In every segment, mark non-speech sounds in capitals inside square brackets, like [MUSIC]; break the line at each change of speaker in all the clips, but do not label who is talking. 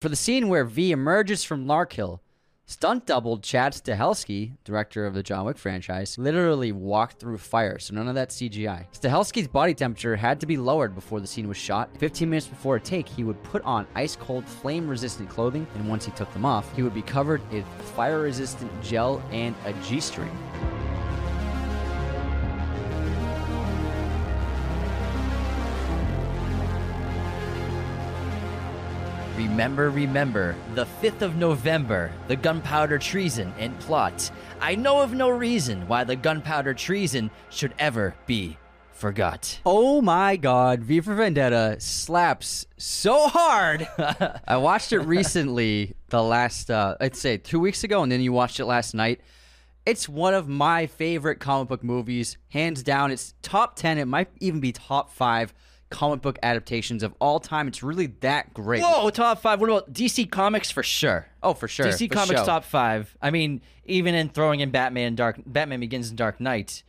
For the scene where V emerges from Larkhill, stunt double Chad Stahelski, director of the John Wick franchise, literally walked through fire, so none of that CGI. Stahelski's body temperature had to be lowered before the scene was shot. 15 minutes before a take, he would put on ice cold, flame resistant clothing, and once he took them off, he would be covered in fire resistant gel and a G string.
Remember, remember, the 5th of November, the gunpowder treason and plot. I know of no reason why the gunpowder treason should ever be forgot.
Oh my god, V for Vendetta slaps so
[LAUGHS]
hard. I watched it recently, the last, uh, I'd say two weeks ago, and then you watched it last night. It's one of my favorite comic book movies, hands down. It's top 10, it might even be top 5 comic book adaptations of all time. It's really that great.
Whoa, top five. What about DC Comics for sure?
Oh, for sure.
DC
for
Comics
sure.
top five. I mean, even in throwing in Batman Dark Batman Begins and Dark Knight.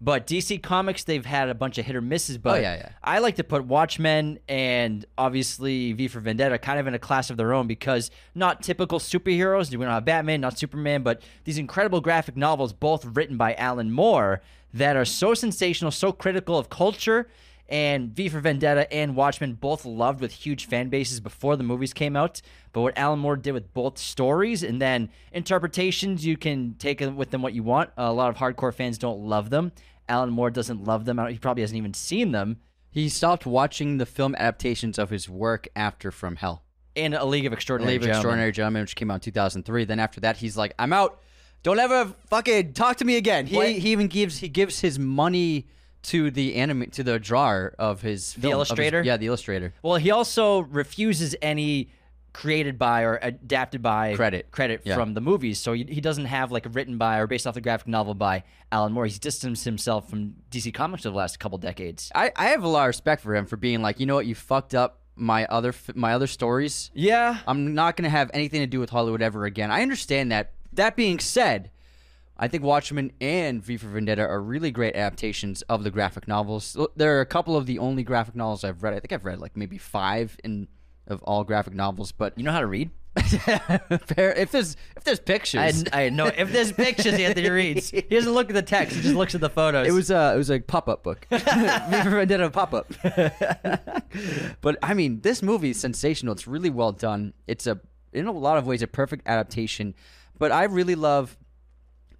But DC Comics, they've had a bunch of hit or misses. But
Oh, yeah, yeah.
I like to put Watchmen and obviously V for Vendetta kind of in a class of their own because not typical superheroes. We don't have Batman, not Superman, but these incredible graphic novels, both written by Alan Moore, that are so sensational, so critical of culture. And V for Vendetta and Watchmen both loved with huge fan bases before the movies came out. But what Alan Moore did with both stories and then interpretations, you can take with them what you want. A lot of hardcore fans don't love them. Alan Moore doesn't love them. I don't- He probably hasn't even seen them.
He stopped watching the film adaptations of his work after From Hell.
in a League of Extraordinary
League of
Gentlemen.
Extraordinary Gentlemen, which came out in 2003. Then after that, he's like, I'm out. Don't ever fucking talk to me again. He
What?
he even gives he gives his money to the anime to the drawer of his film, of his-
illustrator?
yeah, the illustrator.
Well, he also refuses any created by or adapted by
Credit.
credit
Yeah.
from the movies. So he he doesn't have like written by or based off the graphic novel by Alan Moore. He's distanced himself from DC Comics for the last couple decades.
I, I have a lot of respect for him for being like, you know what, you fucked up my other f- my other stories.
Yeah.
I'm not gonna have anything to do with Hollywood ever again. I understand that. That being said, I think Watchmen and V for Vendetta are really great adaptations of the graphic novels. There are a couple of the only graphic novels I've read. I think I've read like maybe five in of all graphic novels, but
You know how to read?
[LAUGHS] fair- if there's if there's pictures,
I, I know. If there's pictures, Anthony reads. He doesn't look at the text. He just looks at the photos.
it was a it was a pop up book. [LAUGHS] V for Vendetta pop up. [LAUGHS] but I mean, this movie is sensational. It's really well done. It's a in a lot of ways a perfect adaptation. But I really love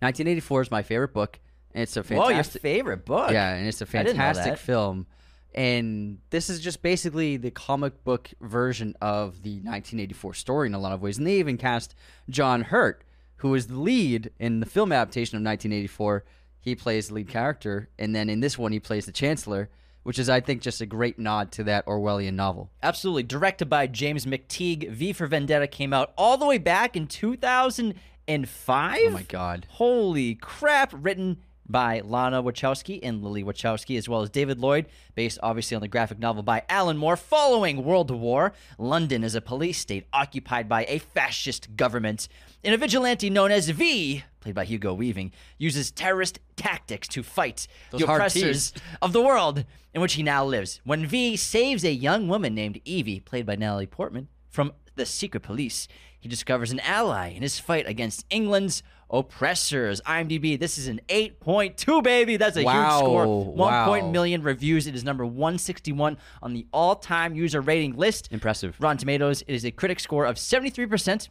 1984 is my favorite book, and it's a
Whoa, your
fantastic
favorite book.
yeah, and it's a
I didn't know
fantastic
that.
film. And this is just basically the comic book version of the 1984 story in a lot of ways. And they even cast John Hurt, who was the lead in the film adaptation of 1984. He plays the lead character, and then in this one, he plays the Chancellor, which is, I think, just a great nod to that Orwellian novel.
Absolutely. Directed by James McTeague. V for Vendetta came out all the way back in 2005.
Oh my God.
Holy crap. Written by Lana Wachowski and Lily Wachowski, as well as David Lloyd, based obviously on the graphic novel by Alan Moore. Following World War, London is a police state occupied by a fascist government. And a vigilante known as V, played by Hugo Weaving, uses terrorist tactics to fight the
hard
oppressors of the world in which he now lives. When V saves a young woman named Evie, played by Natalie Portman, from the secret police, he discovers an ally in his fight against England's oppressors. IMDb, this is an 8.2, baby. That's a
Wow,
huge score.
wow.
1.1 million reviews. It is number 161 on the all time user rating list.
Impressive.
Rotten Tomatoes, it is a critic score of 73%.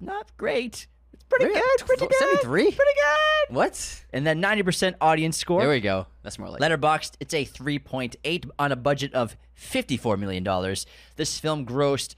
Not great. It's pretty
Really?
good. Pretty good.
73?
Pretty good.
What?
And then 90% audience score.
There we go. That's more like
Letterboxed, it's a 3.8 on a budget of 54 million dollars. This film grossed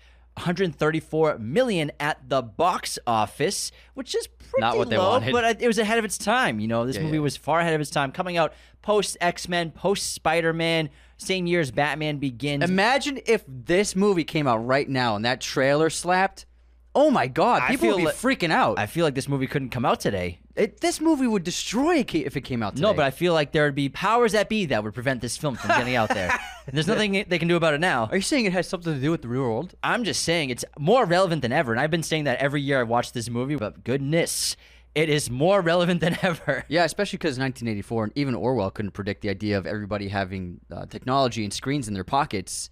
134 million at the box office, which is pretty
Not what they
low,
wanted.
but I- it was ahead of its time. You know, this movie
yeah.
was far ahead of its time, coming out post X Men, post Spider Man, same year as Batman Begins.
Imagine if this movie came out right now and that trailer slapped. Oh my God,
I
people would
feel
be
like-
freaking out.
I feel like this movie couldn't come out today.
It, this movie would destroy it ca- if it came out today.
No, but I feel like there would be powers that be that would prevent this film from getting out
[LAUGHS]
there. There's nothing they can do about it now.
are you saying it has something to do with the real world?
I'm just saying it's more relevant than ever, and I've been saying that every year I watch this movie. But goodness, it is more [LAUGHS] relevant than ever.
Yeah, especially because 1984 and even Orwell couldn't predict the idea of everybody having uh, technology and screens in their pockets.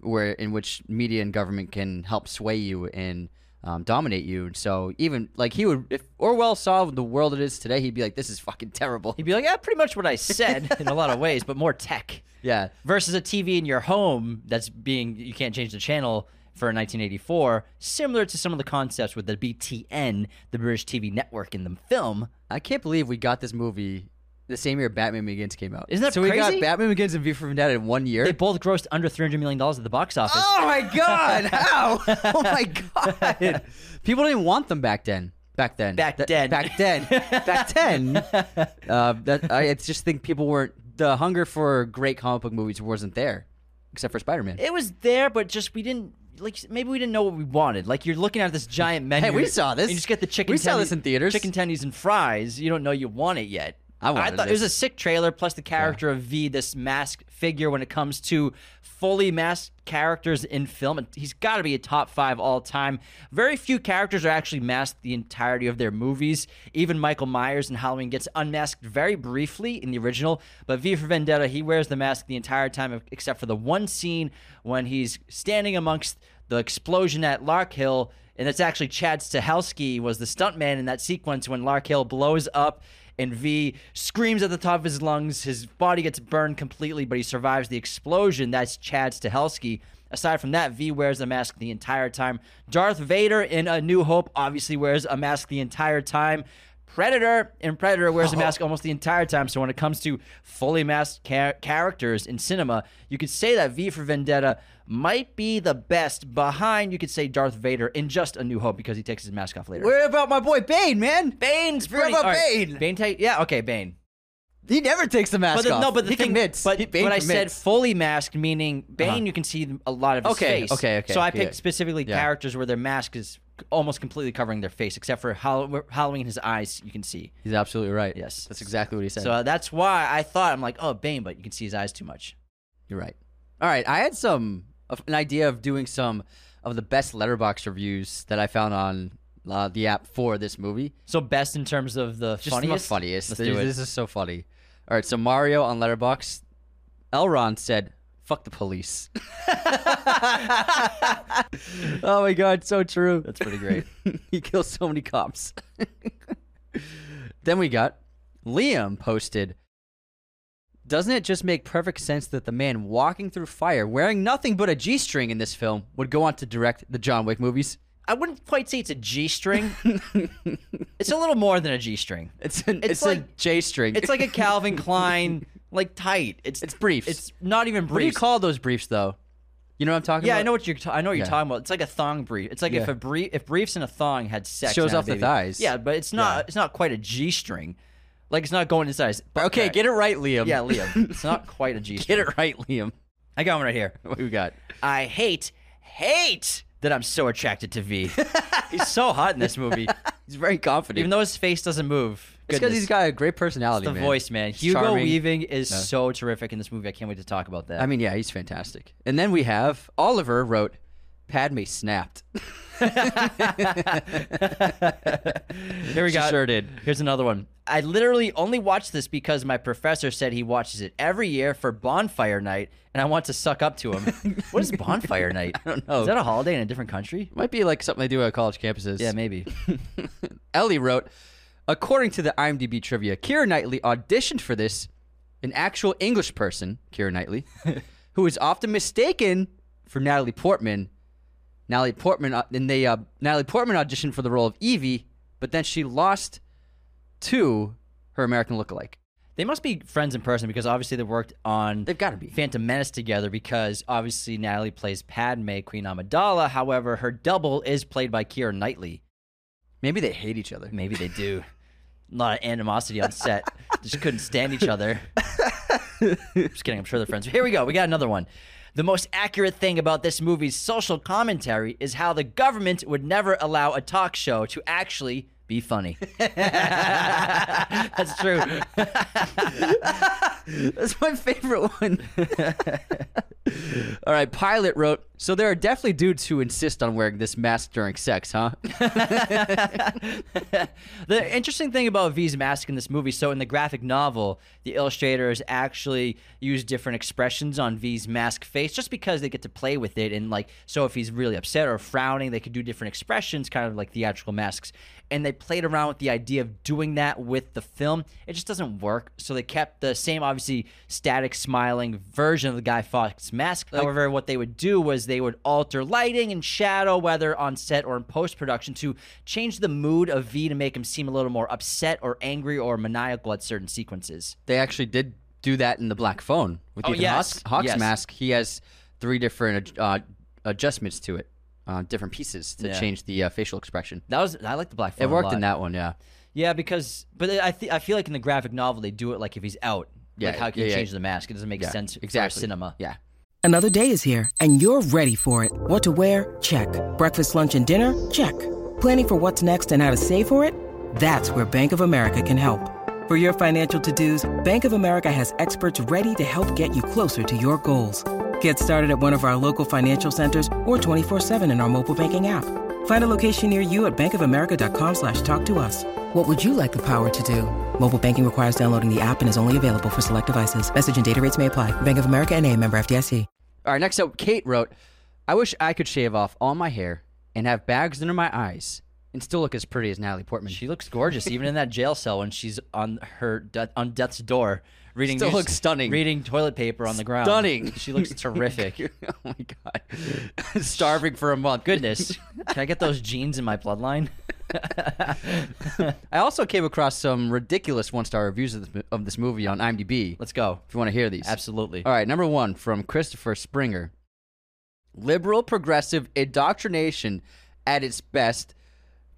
where in which media and government can help sway you and um, dominate you. So even like he would, if Orwell saw the world it is today, he'd be like, "This is fucking terrible."
He'd be like, yeah, pretty much what I said in a lot of ways, but more tech
[LAUGHS] yeah,
versus a TV in your home that's being you can't change the channel for 1984. Similar to some of the concepts with the BTN, the British TV network in the film.
I can't believe we got this movie the same year Batman Begins came out.
Isn't that
so? We got
crazy?
Batman Begins and V for Vendetta in one year.
They both grossed under 300 million dollars at the box office.
Oh my god! [LAUGHS] How? Oh my god! [LAUGHS] People didn't want them back then. Back then.
Back
Th-
then.
Back then.
[LAUGHS]
back then. Uh, that I it's just think people weren't the hunger for great comic book movies wasn't there, except for Spider Man.
It was there, but just we didn't like. Maybe we didn't know what we wanted. Like you're looking at this giant menu.
Hey, we saw this.
and you just get the chicken.
We saw
tendies-
this in theaters.
Chicken tendies and fries. You don't know you want it yet.
I wanted
thought it was
this.
a sick trailer. Plus the character of V, this masked figure. When it comes to fully masked characters in film, he's got to be a top five all time. Very few characters are actually masked the entirety of their movies. Even Michael Myers in Halloween gets unmasked very briefly in the original, but V for Vendetta, he wears the mask the entire time e, except for the one scene when he's standing amongst the explosion at Lark Hill. And it's actually Chad Stahelski was the stuntman in that sequence when Lark Hill blows up and V screams at the top of his lungs. His body gets burned completely, but he survives the explosion. That's Chad Stahelski. Aside from that, V wears a mask the entire time. Darth Vader in A New Hope obviously wears a mask the entire time. Predator in Predator wears
Oh.
a mask almost the entire time. So when it comes to fully masked char- characters in cinema, you could say that V for Vendetta might be the best behind, you could say, Darth Vader in just A New Hope because he takes his mask off later.
Where about my boy Bane, man?
Bane's
Forget
pretty.
about
all
Bane.
Bane take yeah, okay, Bane.
He never takes the mask
But the,
off.
no, but the
he
thing,
commits.
but
He-
but
Bane
I said
commits.
fully masked, meaning Bane,
Uh-huh.
you can see a lot of his
Okay,
face.
okay, okay,
So I
okay,
picked
yeah.
specifically
Yeah.
characters where their mask is almost completely covering their face, except for Hall- Halloween, his eyes you can see.
he's absolutely right.
Yes.
that's exactly what he said.
So that's why I thought I'm like, oh, Bane, but you can see his eyes too much.
You're right. All right, I had some of an idea of doing some of the best letterbox reviews that I found on uh, the app for this movie.
So best in terms of the
Just
funniest.
the funniest.
Let's
This,
do it.
this is so funny. All right, so Mario on Letterbox, Elron said, "Fuck the police." [LAUGHS] oh my god, so true.
That's pretty great.
[LAUGHS] he kills so many cops. [LAUGHS] then we got Liam posted. Doesn't it just make perfect sense that the man walking through fire, wearing nothing but a g-string in this film, would go on to direct the John Wick movies?
[LAUGHS]
[LAUGHS]
I wouldn't quite say it's a G string. it's a little more than a G string.
It's an,
It's
it's, a
like-
j-string. [LAUGHS]
It's like a Calvin Klein, like tight. It's
It's briefs.
It's not even briefs.
What do you call those briefs, though? You know what I'm talking
Yeah,
about?
I know what you're. ta- I know what you're
Yeah.
talking about. It's like a thong brief. It's like if
Yeah.
a brief, if briefs and a thong had sex,
Shows
and had a
off the
baby.
thighs.
Yeah, but it's not.
Yeah.
It's not quite a G string. Like it's not going inside. his butt
Okay,
crack.
get it right, Liam.
Yeah, Liam. It's not quite a G
[LAUGHS] get
string.
it right, Liam.
I got one
[LAUGHS]
right here.
What we got?
I hate, hate that I'm so attracted to V. He's so hot in this
[LAUGHS]
movie,
He's very confident.
even though his face doesn't move.
it's because
Goodness.
he's got a great personality.
the
man.
voice, man.
He's
Hugo
charming.
Weaving is so terrific in this movie. I can't wait to talk about that.
I mean, yeah, he's fantastic. And then we have Oliver wrote, "Padme snapped." [LAUGHS]
Here we
She
go.
sure did.
Here's another one. I literally only watched this because my professor said he watches it every year for bonfire night, and I want to suck up to
[LAUGHS]
him. what is bonfire night? I
don't know.
Is that a holiday in a different country?
Might be like something they do at college campuses.
Yeah, maybe.
Ellie wrote, according to the IMDb trivia, Kira Knightley auditioned for this, an actual English person, Kira Knightley, who is often mistaken for Natalie Portman. Natalie Portman, uh, and they uh, Natalie Portman auditioned for the role of Evie, but then she lost to her American lookalike.
They must be friends in person because obviously they worked on
They've got to be.
Phantom Menace together because obviously Natalie plays Padme, Queen Amidala. However, her double is played by Keira Knightley.
Maybe they hate each other.
Maybe they do. A lot of animosity on set. Just couldn't stand each other. Just kidding. I'm sure they're friends. Here we go. We got another one. The most accurate thing about this movie's social commentary is how the government would never allow a talk show to actually be funny. [LAUGHS] That's true.
That's my favorite one. All right, Pilot wrote, so there are definitely dudes who insist on wearing this mask during sex, huh?
the interesting thing about V's mask in this movie, so in the graphic novel, the illustrators actually use different expressions on V's mask face just because they get to play with it. And like, so if he's really upset or frowning, they could do different expressions, kind of like theatrical masks. And they played around with the idea of doing that with the film. It just doesn't work. So they kept the same, obviously, static smiling version of the Guy Fox mask. However, what they would do was they would alter lighting and shadow, whether on set or in post production, to change the mood of V to make him seem a little more upset or angry or maniacal at certain sequences.
they actually did do that in the Black Phone with
Oh,
Ethan
yes.
Hawke's, Hawke's
Yes.
mask. He has three different uh, adjustments to it, uh, different pieces to
Yeah.
change the uh, facial expression.
That was I like the black.
It
Phone a
worked
lot.
in that one, yeah.
Yeah, because but I th- I feel like in the graphic novel they do it like if he's out.
Yeah,
like how can
yeah,
you
yeah.
change the mask? It doesn't make
yeah.
sense for
exactly.
cinema.
Yeah.
Another day is here, and you're ready for it. What to wear? Check. Breakfast, lunch, and dinner? Check. Planning for what's next and how to save for it? That's where Bank of America can help. For your financial to-dos, Bank of America has experts ready to help get you closer to your goals. Get started at one of our local financial centers or 24-7 in our mobile banking app. Find a location near you at bankofamerica.com slash talk to us. What would you like the power to do? Mobile banking requires downloading the app and is only available for select devices. Message and data rates may apply. Bank of America and a member FDIC.
All right, next up, Kate wrote, I wish I could shave off all my hair and have bags under my eyes and still look as pretty as Natalie Portman.
She looks gorgeous even in that jail cell when she's on her death, on death's door reading
Still looks stunning.
reading toilet paper on the ground.
Stunning. [LAUGHS]
She looks terrific.
oh my
[LAUGHS]
God. Starving for a month.
Goodness. Can I get those genes in my bloodline?
I also came across some ridiculous one star reviews of this, of this movie on IMDb. [LAUGHS]
Let's go.
if you want to hear these.
Absolutely.
All right, number one from Christopher Springer Liberal progressive indoctrination at its best,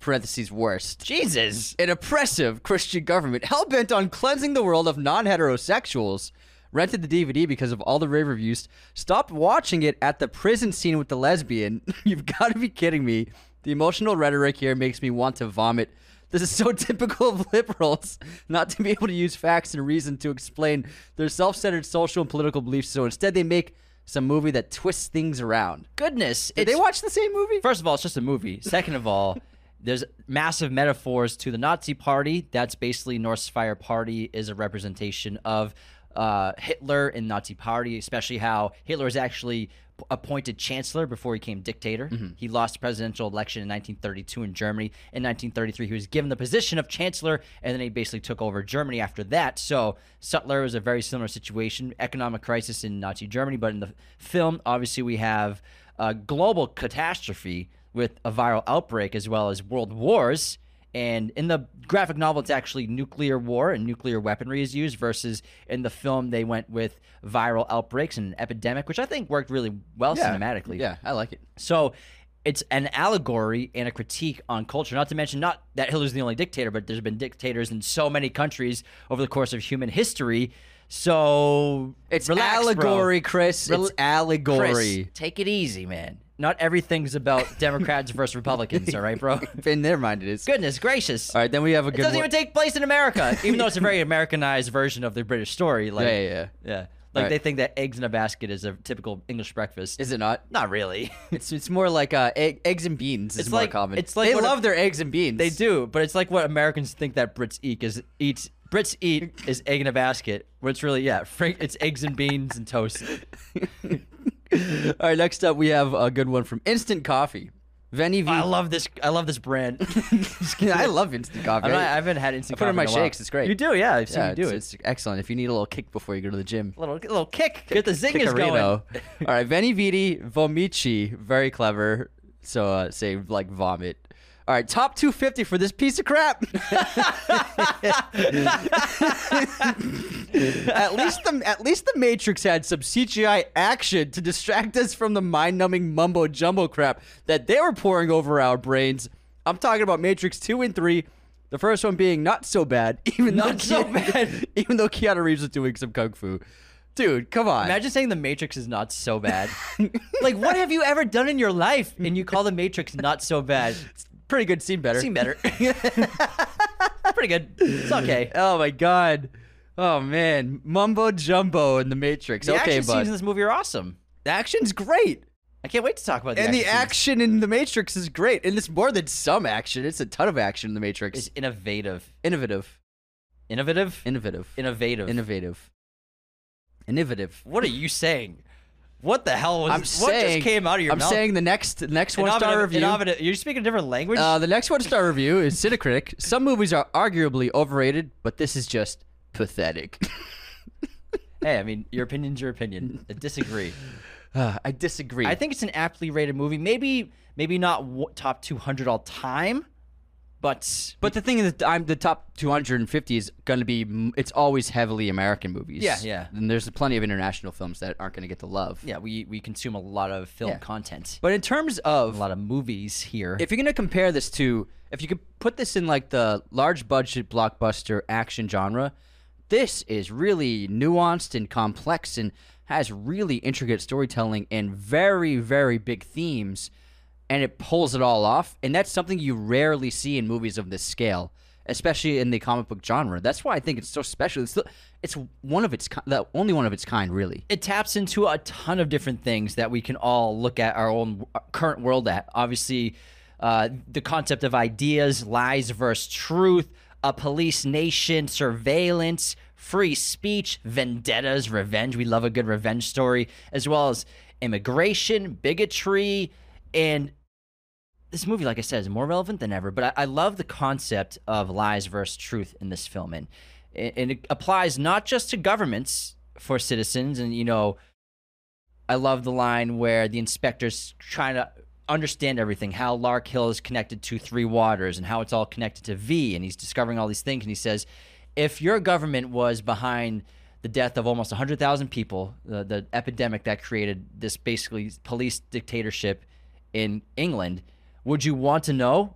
parentheses, worst.
Jesus.
An oppressive Christian government hell bent on cleansing the world of non heterosexuals. Rented the DVD because of all the rave reviews. Stopped watching it at the prison scene with the lesbian. [LAUGHS] You've got to be kidding me. The emotional rhetoric here makes me want to vomit. This is so [LAUGHS] typical of liberals not to be able to use facts and reason to explain their self centered social and political beliefs. So instead, they make some movie that twists things around.
Goodness.
Did
it's-
they watch the same movie?
First of all, it's just a movie. Second of all, there's massive metaphors to the Nazi Party. That's basically Norse Fire Party is a representation of uh, Hitler and Nazi Party, especially how Hitler was actually p- appointed chancellor before he became dictator. He lost the presidential election in 1932 in Germany. In 1933, he was given the position of chancellor, and then he basically took over Germany after that. So Sutler was a very similar situation, economic crisis in Nazi Germany. But in the film, obviously, we have a global catastrophe with a viral outbreak as well as world wars. And in the graphic novel, it's actually nuclear war and nuclear weaponry is used, versus in the film, they went with viral outbreaks and an epidemic, which I think worked really well cinematically.
Yeah, I like it.
So it's an allegory and a critique on culture. Not to mention, not that Hitler's the only dictator, but there's been dictators in so many countries over the course of human history. So
It's
relax, bro.
allegory, Chris.
Rel-
it's allegory.
Chris, take it easy, man. Not
[LAUGHS]
everything's about Democrats versus Republicans, all right, bro?
In their mind, it is.
Goodness gracious.
All right, then we have a
it
good
doesn't
one.
even take place in America, even though it's
[LAUGHS]
a very Americanized version of the British story. Like,
yeah, yeah, yeah.
yeah. Like
right.
they think that eggs in a basket is a typical English breakfast.
Is it not?
not
[LAUGHS]
really. [LAUGHS]
It's it's more like uh, egg, eggs and beans is
It's
more
like-
common.
it's like
they
what
love
a-
their eggs and beans.
They do, but it's like what Americans think that Brits eat is eats Brits eat is egg in a basket. Where it's really yeah, Frank, it's eggs and beans and toast.
All right, next up we have a good one from Instant Coffee. Veni V. [LAUGHS]
I love this. I love this brand.
I love instant coffee.
I'm not, I haven't had
I
instant.
put it in
coffee
my
a while.
shakes, it's great.
You do, yeah. I've seen
yeah,
you do it.
it's, it's excellent. If you need a little kick before you go to the gym,
little little kick. Get the zingers going.
Kikarino. [LAUGHS] All right, Veni Vidi Vomici, very clever. So uh, say like vomit. All right, top 250 for this piece of crap. [LAUGHS] at least the at least the Matrix had some CGI action to distract us from the mind-numbing mumbo jumbo crap that they were pouring over our brains. I'm talking about Matrix 2 and 3. The first one being not so bad, [LAUGHS] even
Not
though
so
Keanu-
bad.
[LAUGHS] even though Keanu Reeves was doing some kung fu. Dude, come on.
Imagine saying the Matrix is not so [LAUGHS] bad. like, what have you ever done in your life and you call the Matrix not so bad?
pretty good scene better.
Seen better. [LAUGHS] Pretty good. It's [LAUGHS] okay.
[LAUGHS] Oh my god. Oh man, mumbo jumbo in the Matrix.
The
okay,
action scenes in
bud.
this movie are awesome. The action's great. I can't wait to talk about the
and the action
action.
in The Matrix is great. And it's more than some action. It's a ton of action in The Matrix.
is innovative.
innovative.
Innovative?
Innovative.
innovative.
Innovative. Innovative.
what are you saying? What the hell was
I'm
what
saying
just came out of your
I'm
mouth?
saying the next the next
An
one star
ominous-
review.
an ominous- You're speaking a different language?
Uh, the next one star review is Cinecritic. Some movies are arguably overrated, but this is just pathetic.
hey, I mean, your opinion's your opinion. I disagree.
Uh, [SIGHS] I disagree.
I think it's an aptly rated movie. Maybe maybe not w- top 200 all time, but
But the thing is, I'm the top 250 is going to be. m- It's always heavily American movies.
Yeah, yeah.
And there's plenty of international films that aren't going to get the love.
yeah, we we consume a lot of film
Yeah.
content.
But in terms
a
of,
lot of movies here.
if you're going to compare this to, if you could put this in like the large budget blockbuster action genre, this is really nuanced and complex and has really intricate storytelling and very very big themes, and it pulls it all off. And that's something you rarely see in movies of this scale. Especially in the comic book genre, that's why I think it's so special. It's the, it's one of its ki- the only one of its kind, really.
it taps into a ton of different things that we can all look at our own w- current world at. Obviously, uh, the concept of ideas, lies versus truth, a police nation, surveillance, free speech, vendettas, revenge. We love a good revenge story, as well as immigration, bigotry, and this movie, like I said, is more relevant than ever. But I, I love the concept of lies versus truth in this film, and and it applies not just to governments for citizens. And you know, I love the line where the inspector's trying to understand everything, how Lark Hill is connected to Three Waters, and how it's all connected to V, and he's discovering all these things. And he says, if your government was behind the death of almost 100,000 people, the, the epidemic that created this basically police dictatorship in England, would you want to know?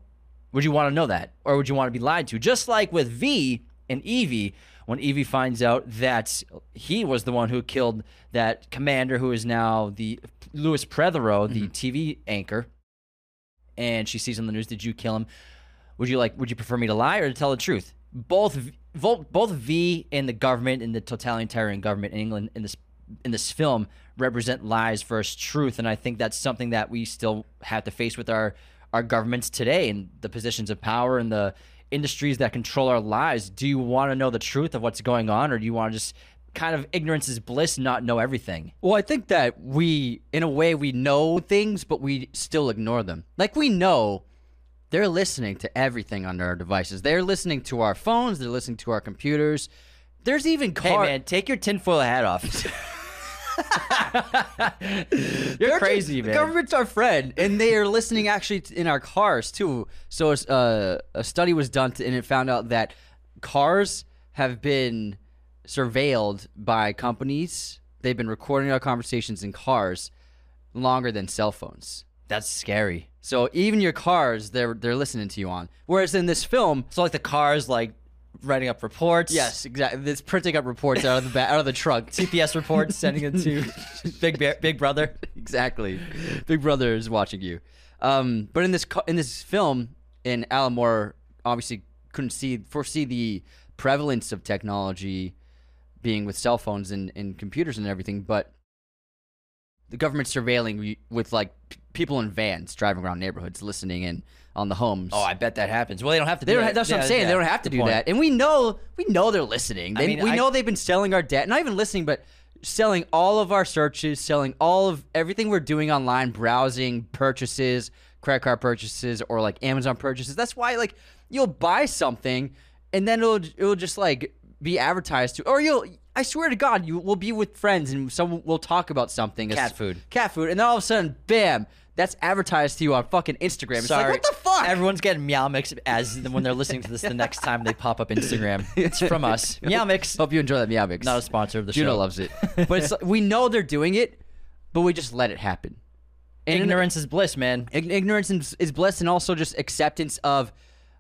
Would you want to know that? Or would you want to be lied to? Just like with V and Evie, when Evie finds out that he was the one who killed that commander who is now the Louis Prethero, the TV anchor, and she sees on the news, "Did you kill him? Would you like? Would you prefer me to lie or to tell the truth?" Both, V- vo- both V and the government and the totalitarian government in England in this in this film represent lies versus truth, and I think that's something that we still have to face with our our governments today and the positions of power and the industries that control our lives. Do you want to know the truth of what's going on, or do you want to just kind of ignorance is bliss, not know everything?
Well, I think that we, in a way, we know things, but we still ignore them. Like we know they're listening to everything on our devices. They're listening to our phones. They're listening to our computers. There's even
Hey
car.
man, take your tinfoil
[LAUGHS]
hat off.
They're
crazy,
just-
man.
The government's our friend, and they are listening actually t- in our cars too. So it's, uh, a study was done, to, and it found out that cars have been surveilled by companies. They've been recording our conversations in cars longer than cell phones.
That's scary.
So even your cars, they're they're listening to you on. Whereas in this film,
So like the cars like writing up reports.
yes, exactly, it's printing up reports out of the ba- out of the [LAUGHS] trunk.
TPS reports, sending it to
[LAUGHS]
Big Bear, Big Brother.
exactly, Big Brother is watching you. Um, but in this co- in this film, in Alan Moore obviously couldn't see foresee the prevalence of technology being with cell phones and, and computers and everything, but the government surveilling we- with like p- people in vans driving around neighborhoods, listening in on the homes.
Oh, I bet that happens. Well, they don't have to.
They
do
don't.
that.
That's what
Yeah,
I'm saying.
yeah,
they don't have to
good
do
point.
that. And we know, we know they're listening. They,
mean,
we
I-
know they've been selling our data, not even listening, but selling all of our searches, selling all of everything we're doing online, browsing, purchases, credit card purchases, or like Amazon purchases. That's why, like, you'll buy something, and then it'll it'll just like be advertised to, or you'll. I swear to God, you will be with friends, and someone will talk about something.
Cat food.
Cat food, and then all of a sudden, bam. That's advertised to you on fucking Instagram. It's
Sorry.
like, what the fuck?
Everyone's getting meow mix as when they're listening to this the next time they pop up Instagram. It's
[LAUGHS]
from us. Meow mix,
Hope you enjoy that meow mix.
not a sponsor of the
Juno
show.
loves it, but it's, we know they're doing it, but we just let it happen. And
Ignorance is bliss, man.
ign- ignorance is, is bliss, and also just acceptance of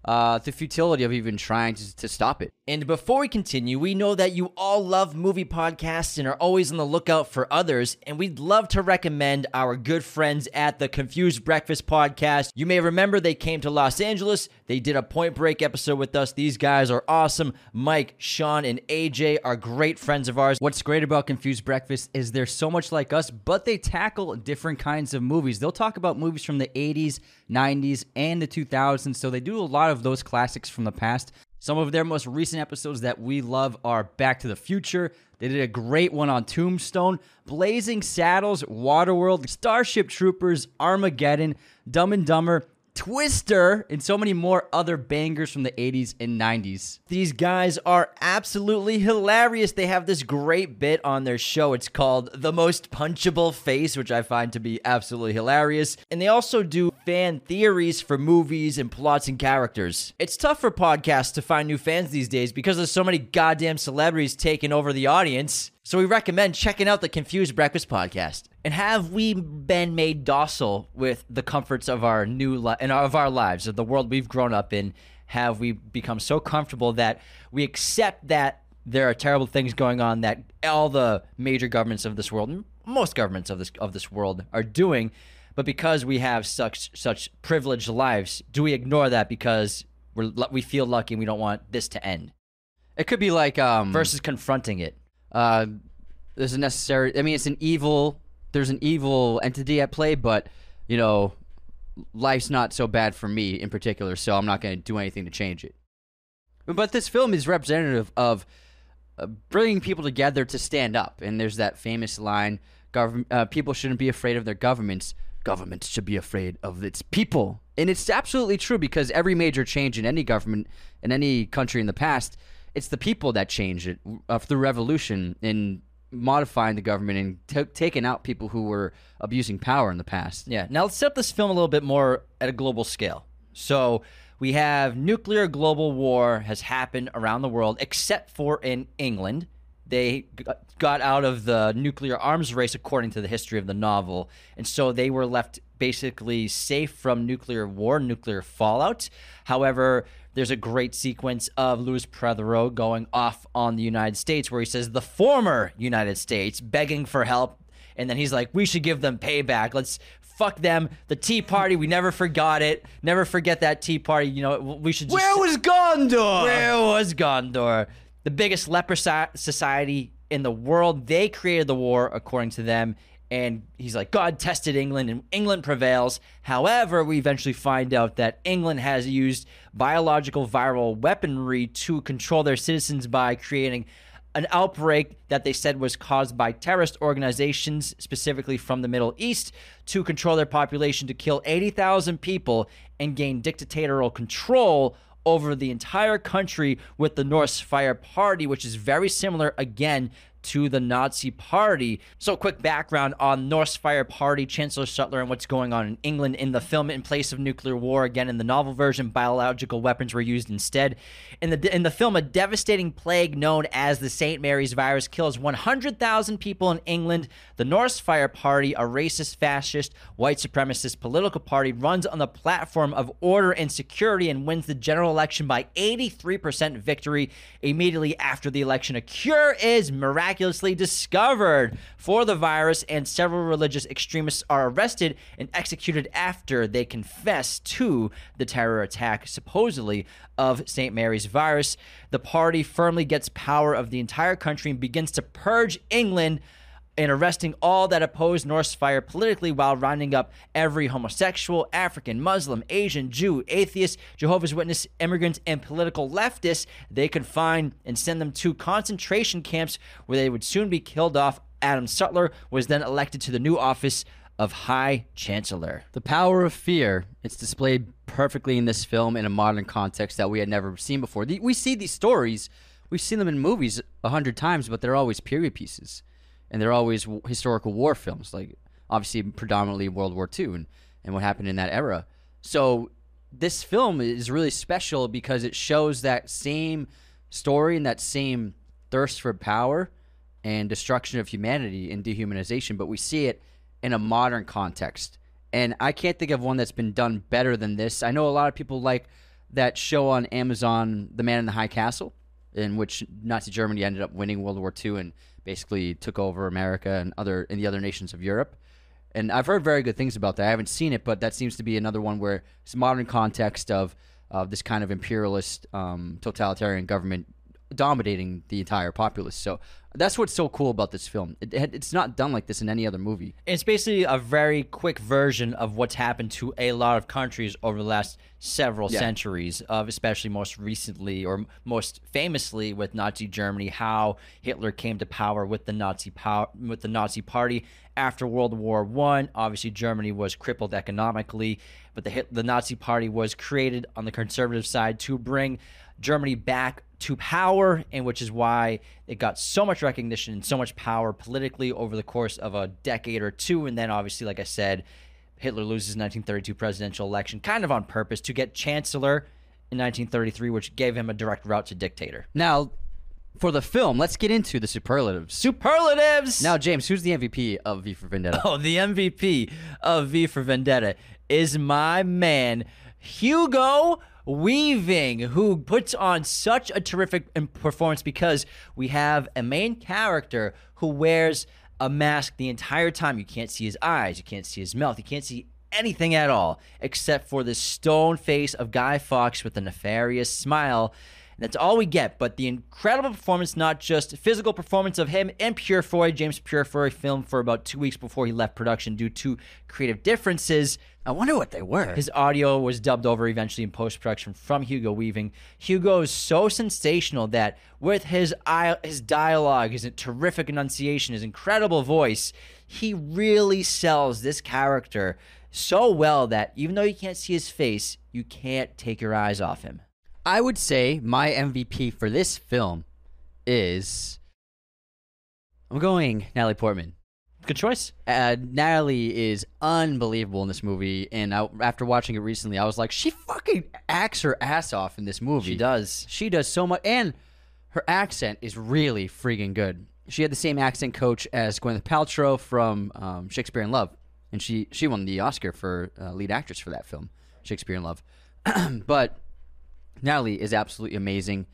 uh, the futility of even trying to, to stop it.
And before we continue, we know that you all love movie podcasts and are always on the lookout for others. And we'd love to recommend our good friends at the Confused Breakfast podcast. You may remember they came to Los Angeles, they did a point break episode with us. These guys are awesome. Mike, Sean, and AJ are great friends of ours.
What's great about Confused Breakfast is they're so much like us, but they tackle different kinds of movies. They'll talk about movies from the 80s, 90s, and the 2000s, so they do a lot of those classics from the past. Some of their most recent episodes that we love are Back to the Future. They did a great one on Tombstone, Blazing Saddles, Waterworld, Starship Troopers, Armageddon, Dumb and Dumber, Twister, and so many more other bangers from the 80s and 90s.
These guys are absolutely hilarious. They have this great bit on their show. It's called The Most Punchable Face, which I find to be absolutely hilarious. And they also do fan theories for movies and plots and characters. It's tough for podcasts to find new fans these days because there's so many goddamn celebrities taking over the audience. So we recommend checking out the Confused Breakfast podcast. And have we been made docile with the comforts of our new li- and of our lives, of the world we've grown up in? Have we become so comfortable that we accept that there are terrible things going on that all the major governments of this world, and most governments of this of this world, are doing? But because we have such such privileged lives, do we ignore that because we're, lu- we feel lucky and we don't want this to end?
It could be like um
Versus confronting it.
uh there's a necessary I mean it's an evil there's an evil entity at play, but you know, life's not so bad for me in particular, so I'm not going to do anything to change it. But this film is representative of uh, bringing people together to stand up. And there's that famous line: "Government uh, people shouldn't be afraid of their governments. Governments should be afraid of its people." And it's absolutely true because every major change in any government in any country in the past, it's the people that change it uh, through revolution and modifying the government and t- taking out people who were abusing power in the past.
Yeah. Now let's set up this film a little bit more at a global scale. So we have nuclear global war has happened around the world, except for in England. They g- got out of the nuclear arms race according to the history of the novel. And so they were left basically safe from nuclear war, nuclear fallout. However, there's a great sequence of Louis Protheroe going off on the United States where he says, the former United States begging for help and then he's like, we should give them payback. Let's fuck them. The Tea Party, we never forgot it. Never forget that Tea Party. You know, we should just.
was Gondor?
Where was Gondor? The biggest leper so- society in the world. They created the war, according to them. And he's like, God tested England, and England prevails. However, we eventually find out that England has used biological viral weaponry to control their citizens by creating an outbreak that they said was caused by terrorist organizations, specifically from the Middle East, to control their population to kill 80,000 people and gain dictatorial control over the entire country with the Norse Fire Party, which is very similar again to the Nazi Party. So, quick background on Norse Fire Party, Chancellor Sutler, and what's going on in England in the film. In place of nuclear war, again in the novel version, biological weapons were used instead. In the in the film, a devastating plague known as the St. Mary's virus kills 100,000 people in England. The Norse Fire Party, a racist, fascist, white supremacist political party, runs on the platform of order and security and wins the general election by 83% victory. Immediately after the election, a cure is miraculous miraculously discovered for the virus, and several religious extremists are arrested and executed after they confess to the terror attack, supposedly, of St. Mary's virus. The party firmly gets power of the entire country and begins to purge England and arresting all that oppose Norse Fire politically while rounding up every homosexual, African, Muslim, Asian, Jew, atheist, Jehovah's Witness, immigrant, and political leftist they could find and send them to concentration camps where they would soon be killed off. Adam Sutler was then elected to the new office of High Chancellor.
The power of fear. It's displayed perfectly in this film in a modern context that we had never seen before. The- We see these stories, we've seen them in movies a hundred times, but they're always period pieces, and they're always w- historical war films, like obviously predominantly World War II and, and what happened in that era. So this film is really special because it shows that same story and that same thirst for power and destruction of humanity and dehumanization, but we see it in a modern context. And I can't think of one that's been done better than this. I know a lot of people like that show on Amazon, The Man in the High Castle. in which Nazi Germany ended up winning World War II and basically took over America and other and the other nations of Europe. And I've heard very good things about that. I haven't seen it, but that seems to be another one where it's modern context of of this kind of imperialist, um, totalitarian government dominating the entire populace. So that's what's so cool about this film. It, it- it's not done like this in any other movie.
It's basically a very quick version of what's happened to a lot of countries over the last several centuries, of especially most recently or most famously with Nazi Germany, how Hitler came to power with the Nazi power with the Nazi Party after World War One. Obviously, Germany was crippled economically, but the Hit- the Nazi Party was created on the conservative side to bring Germany back to power, and which is why it got so much recognition and so much power politically over the course of a decade or two. And then, obviously, like I said, Hitler loses 1932 presidential election kind of on purpose to get chancellor in 1933, which gave him a direct route to dictator.
Now, for the film, let's get into the superlatives.
Superlatives!
Now, James, who's the MVP of V for
[LAUGHS]
Vendetta?
Oh, the MVP of V for Vendetta is my man, Hugo Weaving, who puts on such a terrific im- performance because we have a main character who wears a mask the entire time. You can't see his eyes, you can't see his mouth, you can't see anything at all except for the stone face of Guy Fawkes with a nefarious smile. And that's all we get. But the incredible performance, not just physical performance of him and Purefoy, James Purefoy filmed for about two weeks before he left production due to creative differences.
I wonder what they were.
His audio was dubbed over eventually in post production from Hugo Weaving. Hugo is so sensational that with his i- his dialogue, his terrific enunciation, his incredible voice, he really sells this character so well that even though you can't see his face, you can't take your eyes off him.
I would say my MVP for this film is. I'm going Natalie Portman.
Good choice.
Uh, Natalie is unbelievable in this movie, and I, after watching it recently, I was like, she fucking acts her ass off in this movie.
She does.
She does so much, and her accent is really freaking good. She had the same accent coach as Gwyneth Paltrow from um, Shakespeare in Love, and she she won the Oscar for uh, lead actress for that film, Shakespeare in Love. [CLEARS THROAT] but Natalie is absolutely amazing,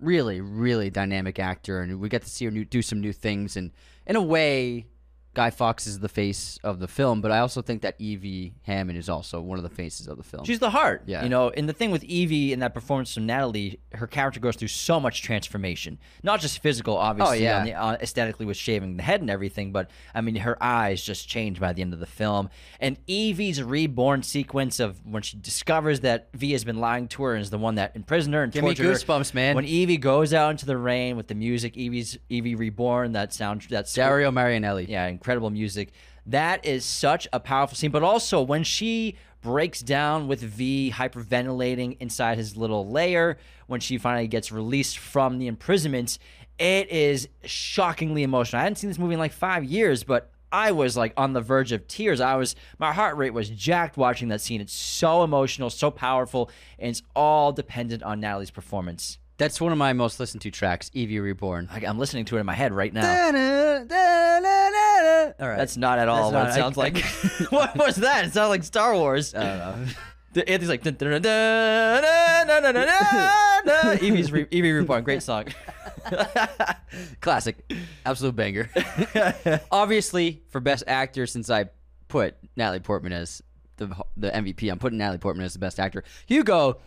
really, really dynamic actor, and we get to see her new, do some new things. And in a way, Guy Fox is the face of the film, but I also think that Evie Hammond is also one of the faces of the film.
She's the heart.
Yeah.
You know, and the thing with Evie and that performance from Natalie, her character goes through so much transformation. Not just physical, obviously,
Oh, yeah.
on the, uh, aesthetically with shaving the head and everything, but I mean, her eyes just change by the end of the film. And Evie's reborn sequence of when she discovers that V has been lying to her and is the one that imprisoned her and
me
tortured her.
goosebumps, man.
When Evie goes out into the rain with the music, Evie's Evie reborn, that sound, that score-
Dario Marianelli.
yeah, incredible music. That is such a powerful scene. But also when she breaks down with V hyperventilating inside his little lair, when she finally gets released from the imprisonment, it is shockingly emotional. I hadn't seen this movie in like five years, but I was like on the verge of tears. I was my heart rate was jacked watching that scene. It's so emotional, so powerful, and it's all dependent on Natalie's performance.
That's one of my most listened to tracks, Evie Reborn.
Like I'm listening to it in my head right now.
All right.
That's not at all
not-
what it
I-
sounds like. [LAUGHS] what was that? It sounded like Star Wars. I don't know. Anthony's like, dun, dun, dun, dun, dun, dun, dun, dun,
[LAUGHS]
dun, dun. Evie's re- Evie Reborn, great song.
classic. Absolute
[LAUGHS]
banger. Obviously, for best actor, since I put Natalie Portman as the, the MVP, I'm putting Natalie Portman as the best actor. Hugo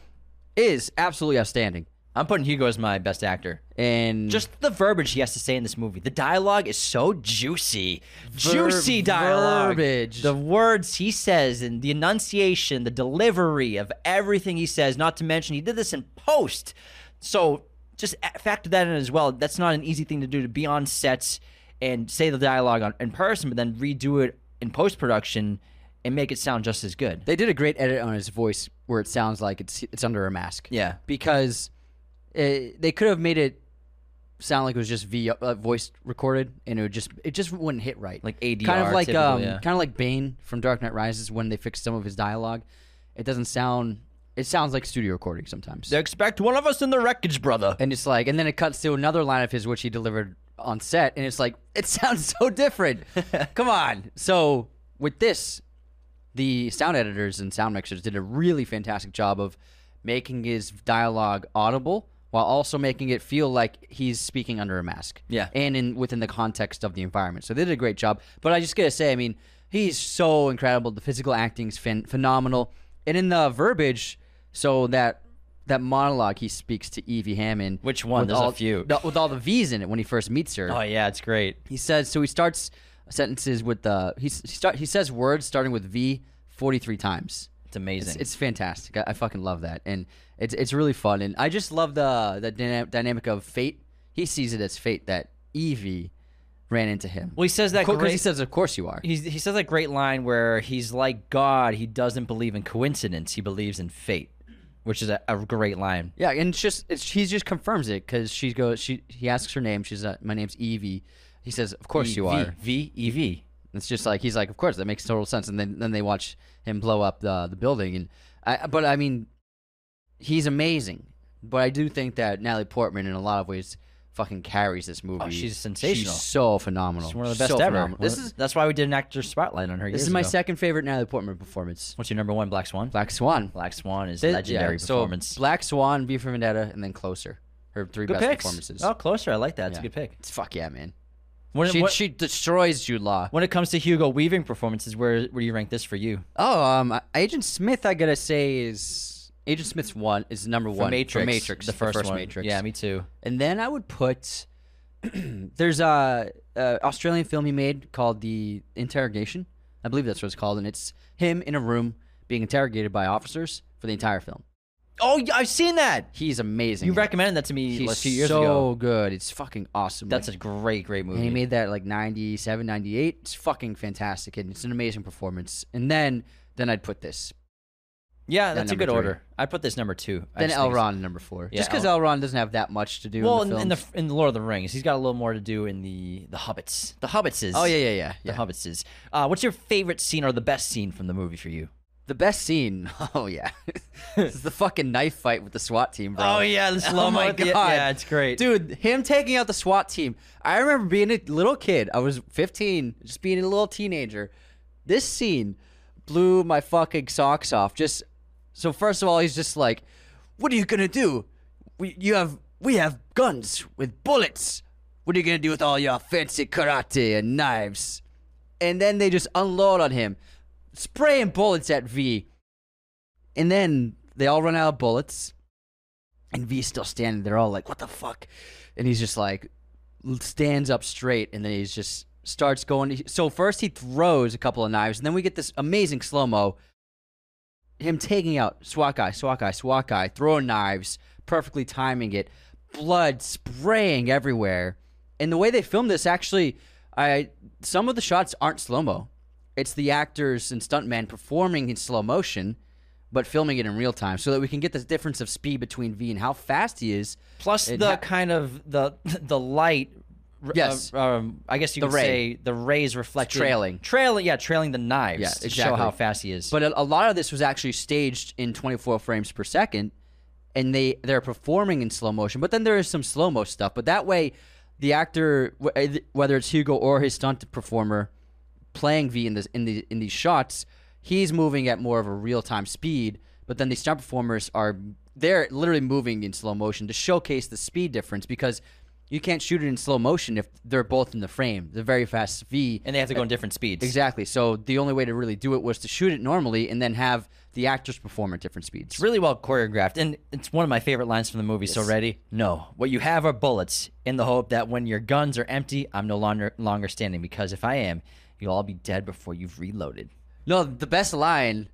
is absolutely outstanding.
I'm putting Hugo as my best actor.
And
Just the verbiage he has to say in this movie. The dialogue is so juicy. juicy dialogue.
verbiage.
The words he says and the enunciation, the delivery of everything he says, not to mention he did this in post. So just a- factor that in as well. That's not an easy thing to do to be on sets and say the dialogue on, in person, but then redo it in post production and make it sound just as good.
they did a great edit on his voice where it sounds like it's it's under a mask.
yeah.
because it, they could have made it sound like it was just v, uh, voice recorded, and it would just it just wouldn't hit right.
Like ADR
kind of like
typical,
um,
yeah.
kind of like Bane from Dark Knight Rises when they fixed some of his dialogue. It doesn't sound. It sounds like studio recording sometimes.
They expect one of us in the wreckage, [LAUGHS] brother.
and it's like, and then it cuts to another line of his which he delivered on set, and it's like it [LAUGHS] sounds so
[LAUGHS]
different. Come on. So with this, the sound editors and sound mixers did a really fantastic job of making his dialogue audible while also making it feel like he's speaking under a mask.
Yeah.
And in within the context of the environment. So they did a great job. But I just got to say, I mean, he's so incredible. The physical acting's phen phenomenal. And in the verbiage, so that that monologue he speaks to Evie Hammond.
Which one?
with
There's a
all-
few.
the- with all the V's in it when he first meets her.
Oh yeah, it's great.
He says so. He starts sentences with the he s- he start he says words starting with V forty three times.
It's amazing.
It's, it's fantastic. I, I fucking love that, and it's it's really fun. And I just love the the dyna- dynamic of fate. He sees it as fate that Evie ran into him.
well, he says that
because
great.
he says, "Of course you are."
he's, he says that great line where he's like God. He doesn't believe in coincidence. He believes in fate, which is a, a great line.
Yeah, and it's just it's, he just confirms it because she goes. She he asks her name. She's uh, my name's Evie. He says, "Of course you are."
V E V.
It's just like he's like, of course that makes total sense. And then then they watch him blow up the the building. And I, but I mean, he's amazing. But I do think that Natalie Portman, in a lot of ways, fucking carries this movie.
Oh, she's sensational.
She's so phenomenal.
It's one of the best
So
ever.
phenomenal.
One
This
of-
is
that's why we did an actor spotlight on her.
this
years
is my
ago.
second favorite Natalie Portman performance.
What's your number one? Black Swan.
Black Swan.
Black Swan is
Th-
legendary
yeah,
performance.
So Black Swan, V for Vendetta, and then Closer. Her three
good
best
picks.
performances.
Oh, closer. I like that. It's
Yeah.
a good pick.
Fuck yeah, man.
When,
She
what-
she destroys Jude Law.
when it comes to Hugo Weaving performances, where where do you rank this for you?
Oh, um, Agent Smith, I gotta say is Agent Smith's one is number
For
one.
Matrix,
for Matrix,
the first, one.
Matrix.
Yeah, me too.
and then I would put. [CLEARS THROAT] there's a, a Australian film he made called The Interrogation. I believe that's what it's called, and it's him in a room being interrogated by officers for the entire film.
Oh, yeah, I've seen that.
He's amazing.
You recommended that to me
He's
like, a few years
so
ago.
good. It's fucking awesome.
That's
Like,
a great, great movie.
and he made that like 97, 98. It's fucking fantastic, and it's an amazing performance. And then, then I'd put this.
yeah, that's a
number
good
three.
order. I put this number two. I
Then
just think it's-
Elrond number four.
Yeah,
Just 'cause just because Elrond doesn't have that much to do.
Well,
in the,
in, in the
films.
in the Lord of the Rings, he's got a little more to do in the the Hobbits. The Hobbitses.
oh yeah, yeah, yeah.
The
yeah.
Hobbitses. Uh, what's your favorite scene or the best scene from the movie for you?
The best scene. [LAUGHS] Oh yeah, it's the fucking knife fight with the SWAT team, bro. [LAUGHS]
Oh, yeah, the slow-mo
my
at the-
God.
yeah, it's great.
dude. Him taking out the SWAT team. I remember being a little kid. I was 15, just being a little teenager. This scene blew my fucking socks off. Just so first of all, he's just like, "What are you gonna do? We you have we have guns with bullets. What are you gonna do with all your fancy karate and knives?" And then they just unload on him, spraying bullets at V. And then they all run out of bullets. And V's still standing. They're all like, what the fuck? And he's just like, stands up straight. And then he's just starts going. So first he throws a couple of knives. And then we get this amazing slow mo. Him taking out SWAT guy, SWAT guy, SWAT guy, throwing knives, perfectly timing it, blood spraying everywhere. And the way they filmed this, actually, I some of the shots aren't slow mo. It's the actors and stuntmen performing in slow motion but filming it in real time so that we can get this difference of speed between V and how fast he is.
Plus
It
the
ha-
kind of the [LAUGHS] the light. r-
Yes.
uh, um, I guess you
The
could
ray.
say the rays reflecting,
trailing.
trailing. Yeah, trailing the knives.
Yeah,
To show
exactly.
how fast he is.
But a, a lot of this was actually staged in 24 frames per second, and they they're performing in slow motion. But then there is some slow mo stuff. But that way, the actor, wh- eh, th- whether it's Hugo or his stunt performer, playing V in this in the in these shots, he's moving at more of a real time speed. But then the stunt performers are they're literally moving in slow motion to showcase the speed difference because. You can't shoot it in slow motion if they're both in the frame. The very fast V
and they have to go in different speeds.
Exactly. So the only way to really do it was to shoot it normally and then have the actors perform at different speeds.
It's really well choreographed, and it's one of my favorite lines from the movie. So ready? No. What you have are bullets. In the hope that when your guns are empty, I'm no longer longer standing. Because if I am, you'll all be dead before you've reloaded.
no, the best line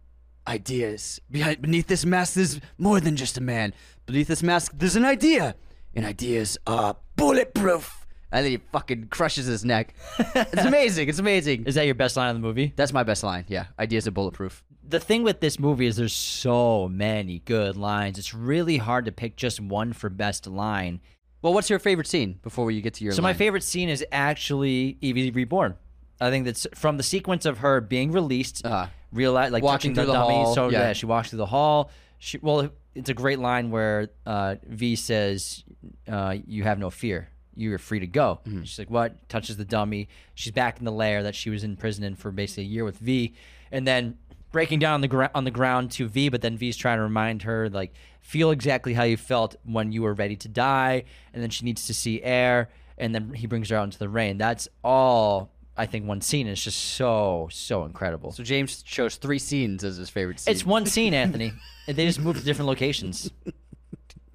ideas. Behind, beneath this mask, there's more than just a man. Beneath this mask, there's an idea. And ideas are bulletproof. And then he fucking crushes his [LAUGHS] neck. it's amazing. It's amazing.
Is that your best line of the movie?
That's my best line. Yeah. Ideas are bulletproof.
the thing with this movie is there's so many good lines. It's really hard to pick just one for best line.
Well, what's your favorite scene before you get to your
So my
line?
favorite scene is actually Evie reborn. I think that's from the sequence of her being released,
Uh-huh.
realize like
Walking
watching the,
through the
dummy.
hall,
So
yeah.
yeah. she walks through the hall. She well, it's a great line where uh, V says, uh, "You have no fear. You are free to go." She's like, "What?" Touches the dummy. She's back in the lair that she was in prison in for basically a year with V, and then breaking down on the ground on the ground to V, but then V's trying to remind her like feel exactly how you felt when you were ready to die, and then she needs to see air, and then he brings her out into the rain. That's all I think one scene is just so so incredible.
So James chose three scenes as his favorite scene.
it's one scene, Anthony. and they just moved to different locations.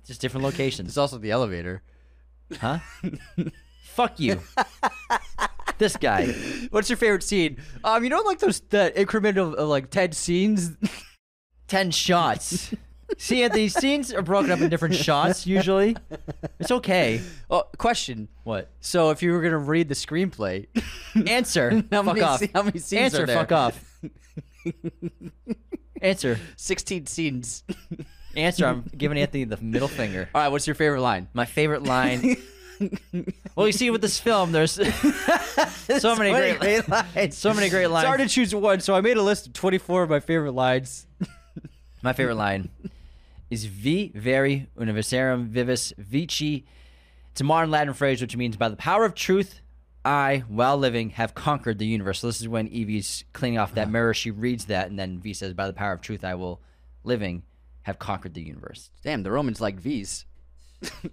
Just different locations,
It's also the elevator.
huh? Fuck you. this guy.
[LAUGHS] What's your favorite scene? Um, you don't like those that increment of, of like ten scenes. [LAUGHS]
10 shots. See, Anthony, scenes are broken up in different shots usually. It's okay.
Oh, question.
What?
So if you were gonna read the screenplay,
Answer.
[LAUGHS] how
fuck
many
off.
se- how many scenes
Answer,
are there?
fuck off. Answer.
[LAUGHS] Sixteen scenes. [LAUGHS] All
Answer. I'm giving Anthony the middle finger.
right. What's your favorite line?
My
[LAUGHS]
favorite line. well, you see, with this film, there's so many
many
great,
great
lines. So many great lines.
It's hard to choose one, so I made a list of twenty-four of my favorite lines.
My favorite line is "Vi veri universarum vivis vici." It's a modern Latin phrase which means "by the power of truth, I, while living, have conquered the universe." So this is when Evie's cleaning off
Uh-huh.
that mirror. She reads that, and then V says, "By the power of truth, I will, living, have conquered the universe."
Damn, the Romans like V's.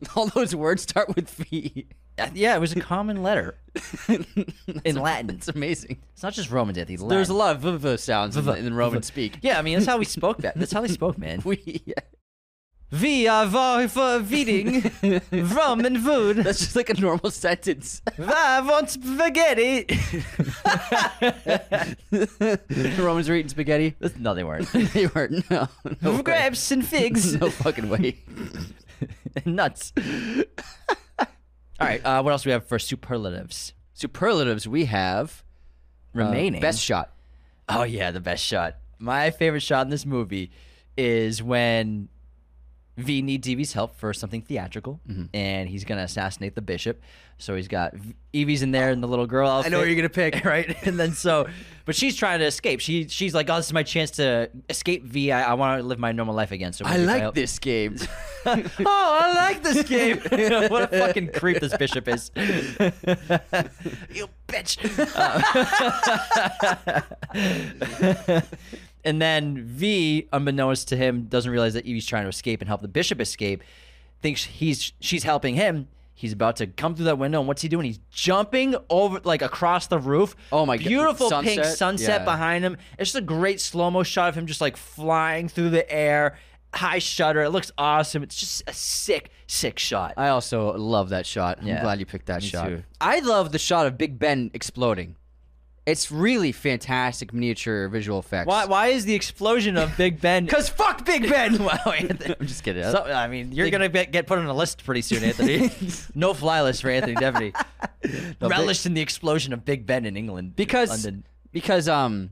[LAUGHS] All those words start with [LAUGHS] V.
Uh, Yeah, it was a common letter
[LAUGHS]
in Latin.
It's amazing.
It's not just Roman, Anthony. Latin.
There's a lot of v- v sounds in, in Roman speak. [LAUGHS]
Yeah, I mean that's how we spoke that. That's how they spoke, man.
We, [LAUGHS] yeah.
We are vor- er for feeding Roman food.
That's just like a normal [LAUGHS] sentence.
I want spaghetti.
the Romans were eating spaghetti.
no, they weren't.
they weren't. No, no [LAUGHS] way.
Grapes and figs,
[LAUGHS] No fucking way. [LAUGHS]
and nuts. All right, uh, what else do we have for superlatives
Superlatives we have uh,
remaining?
best shot.
Oh yeah, the best shot. My favorite shot in this movie is when V needs Evie's help for something theatrical,
Mm-hmm.
and he's gonna assassinate the bishop. So he's got v- Evie's in there and the little girl. Outfit.
know what you're gonna pick. [LAUGHS]
right? [LAUGHS] And then so, but she's trying to escape. She she's like, oh, this is my chance to escape V. I, I want to live my normal life again. So
I
maybe if
like
help-
this
[LAUGHS]
game. [LAUGHS]
oh, I like this game. [LAUGHS] what a fucking creep this bishop is. [LAUGHS] you bitch. Uh, [LAUGHS] and then V, unbeknownst to him, doesn't realize that Evie's trying to escape and help the bishop escape. Thinks he's she's helping him. He's about to come through that window, and what's he doing? He's jumping over, like across the roof.
Oh my God.
Beautiful pink
Sunset?
sunset
Yeah.
behind behind him. It's just a great slow mo shot of him just like flying through the air, high shutter. It looks awesome. It's just a sick, sick shot.
I also love that shot. I'm
Yeah,
glad you picked that
me
shot.
too.
I love the shot of Big Ben exploding. It's really fantastic miniature visual effects.
why, why is the explosion of Big Ben? [LAUGHS]
Because fuck Big Ben.
wow, Anthony.
[LAUGHS] I'm just
[LAUGHS]
kidding.
So- I mean, you're gonna get, get put on a list pretty soon, [LAUGHS] Anthony. no fly list for Anthony [LAUGHS] Devaney. Relished in the explosion of Big Ben in England
because
London.
because um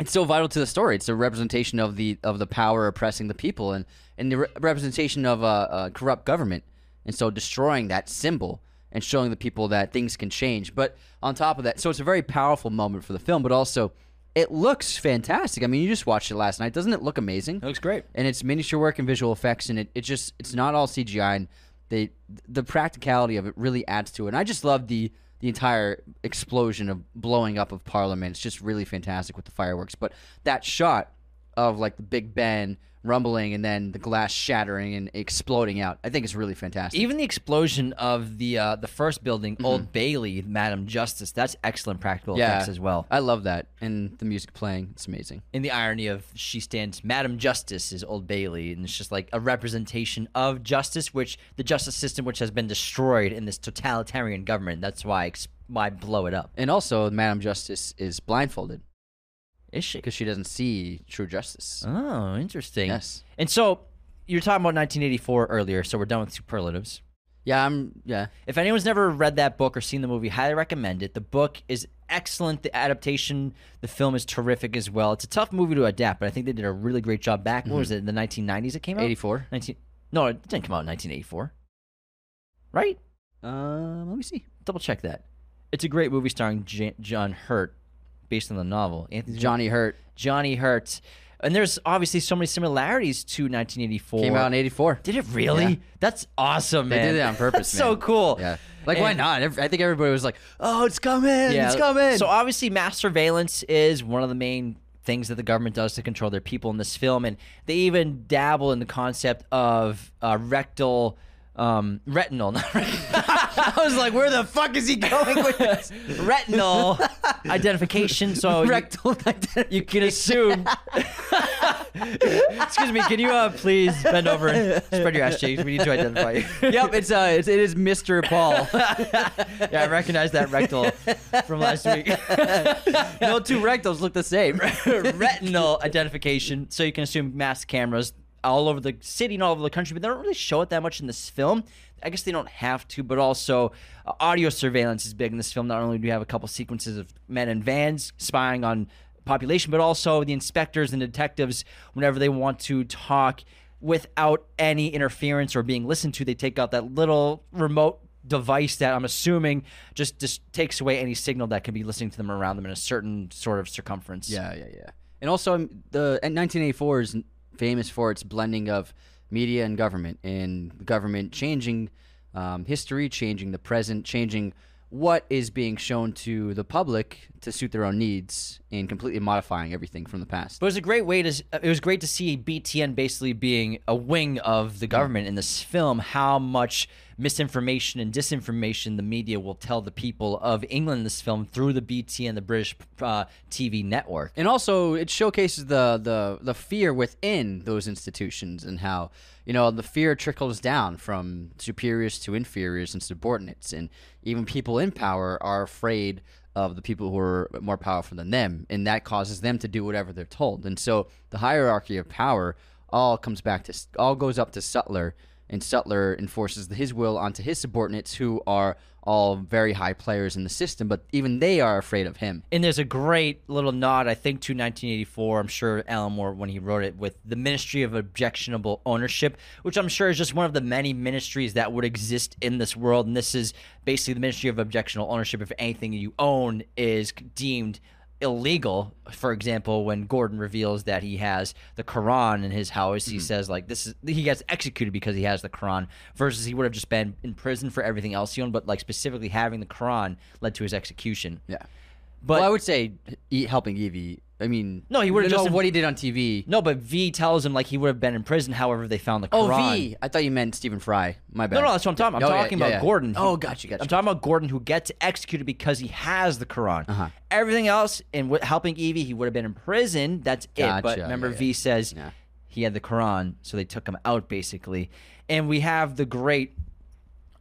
it's so vital to the story it's a representation of the of the power oppressing the people and and the re- representation of a, a corrupt government and so destroying that symbol and showing the people that things can change but on top of that so it's a very powerful moment for the film but also it looks fantastic i mean you just watched it last night doesn't it look amazing
It looks great.
and it's miniature work and visual effects and it, it just it's not all cgi and they the practicality of it really adds to it and i just love the the entire explosion of blowing up of parliament it's just really fantastic with the fireworks but that shot of like the big ben rumbling and then the glass shattering and exploding out i think it's really fantastic
Even the explosion of the uh, the first building, Old Bailey, Madam Justice. That's excellent practical effects as well.
i love that and the music playing it's amazing
in the irony of she stands Madam Justice is Old Bailey, and it's just like a representation of justice, which the justice system, which has been destroyed in this totalitarian government. That's why ex- why blow it up.
and also madam justice is blindfolded
Is she?
because she doesn't see true justice
Oh, interesting.
Yes.
And so you're talking about 1984 earlier, so we're done with superlatives.
yeah i'm yeah
If anyone's never read that book or seen the movie, highly recommend it. The book is excellent. The adaptation, the film is terrific as well. It's a tough movie to adapt, but I think they did a really great job back. What
Mm-hmm.
was it? In the 1990s, it came out.
84
19 no it didn't come out in 1984 right
um let me see
double check that it's a great movie starring J- john hurt based on the novel Anthony
johnny hurt
johnny hurt and there's obviously so many similarities to 1984
Came out in '84.
did it really
Yeah.
that's awesome
They
man
did it on purpose.
[LAUGHS] that's
man.
so cool
Yeah. Like, why
And-
not? Ev- I think [LAUGHS] everybody was like, "Oh, it's coming! It's coming!"
So obviously, mass surveillance is one of the main things that the government does to control their people in this film, and they even dabble in the concept of uh, rectal. Um, retinal. [LAUGHS] Not retinal. I was like, where the fuck is he going
[LAUGHS]
with this? retinal identification. So you-
Rectal [LAUGHS] identity.
you can
[LAUGHS]
assume. Excuse me. Can you uh, please bend over and spread your ass cheeks? We need to identify you.
[LAUGHS] yep, it's uh, it's, it is Mr. Paul.
[LAUGHS] yeah, I recognize that rectal from
[LAUGHS]
last week.
no two rectals look the same.
[LAUGHS] Retinal identification. So you can assume mass cameras all over the city and all over the country, but they don't really show it that much in this film. I guess they don't have to, but also uh, audio surveillance is big in this film. Not only do you have a couple sequences of men in vans spying on population, but also the inspectors and detectives, whenever they want to talk without any interference or being listened to, they take out that little remote device that I'm assuming just, just takes away any signal that can be listening to them around them in a certain sort of circumference.
Yeah, yeah, yeah. And also, um, the and 1984 is famous for its blending of media and government, and the government changing um, history, changing the present, changing what is being shown to the public to suit their own needs, and completely modifying everything from the past.
But it was a great way to. It was great to see BTN basically being a wing of the government in this film. How much misinformation and disinformation the media will tell the people of England in this film through the BTN, the British uh, TV network.
and also it showcases the, the the fear within those institutions and how you know the fear trickles down from superiors to inferiors and subordinates and even people in power are afraid of the people who are more powerful than them and that causes them to do whatever they're told and so the hierarchy of power all comes back to all goes up to Sutler and Sutler enforces his will onto his subordinates who are all very high players in the system but even they are afraid of him
And there's a great little nod, I think, to 1984. I'm sure Alan Moore, when he wrote it, with the Ministry of Objectionable Ownership, which I'm sure is just one of the many ministries that would exist in this world. And this is basically the Ministry of Objectionable Ownership. If anything you own is deemed illegal, for example, when Gordon reveals that he has the Quran in his house, he says, like, this is, he gets executed because he has the Quran, versus he would have just been in prison for everything else he owned, but like specifically having the Quran led to his execution.
yeah
But
well, I would say e- helping Evie. I mean,
No, he would've
no,
just-
what he did on TV.
No, but V tells him like he would have been in prison. However, they found the
oh,
Quran.
V. I thought you meant Stephen Fry. My bad.
No, no, that's what I'm talking. I'm
Oh, yeah,
talking
yeah,
about
yeah.
Gordon.
Oh, gotcha, gotcha. Uh-huh.
I'm talking about Gordon who gets executed because he has the Quran. Everything else and w- helping Evie, he would have been in prison. That's it. But
Gotcha,
remember,
yeah, yeah.
V says
Yeah.
he had the Quran, so they took him out basically. And we have the great.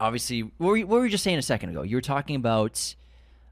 Obviously, what were you, what were you just saying a second ago? You were talking about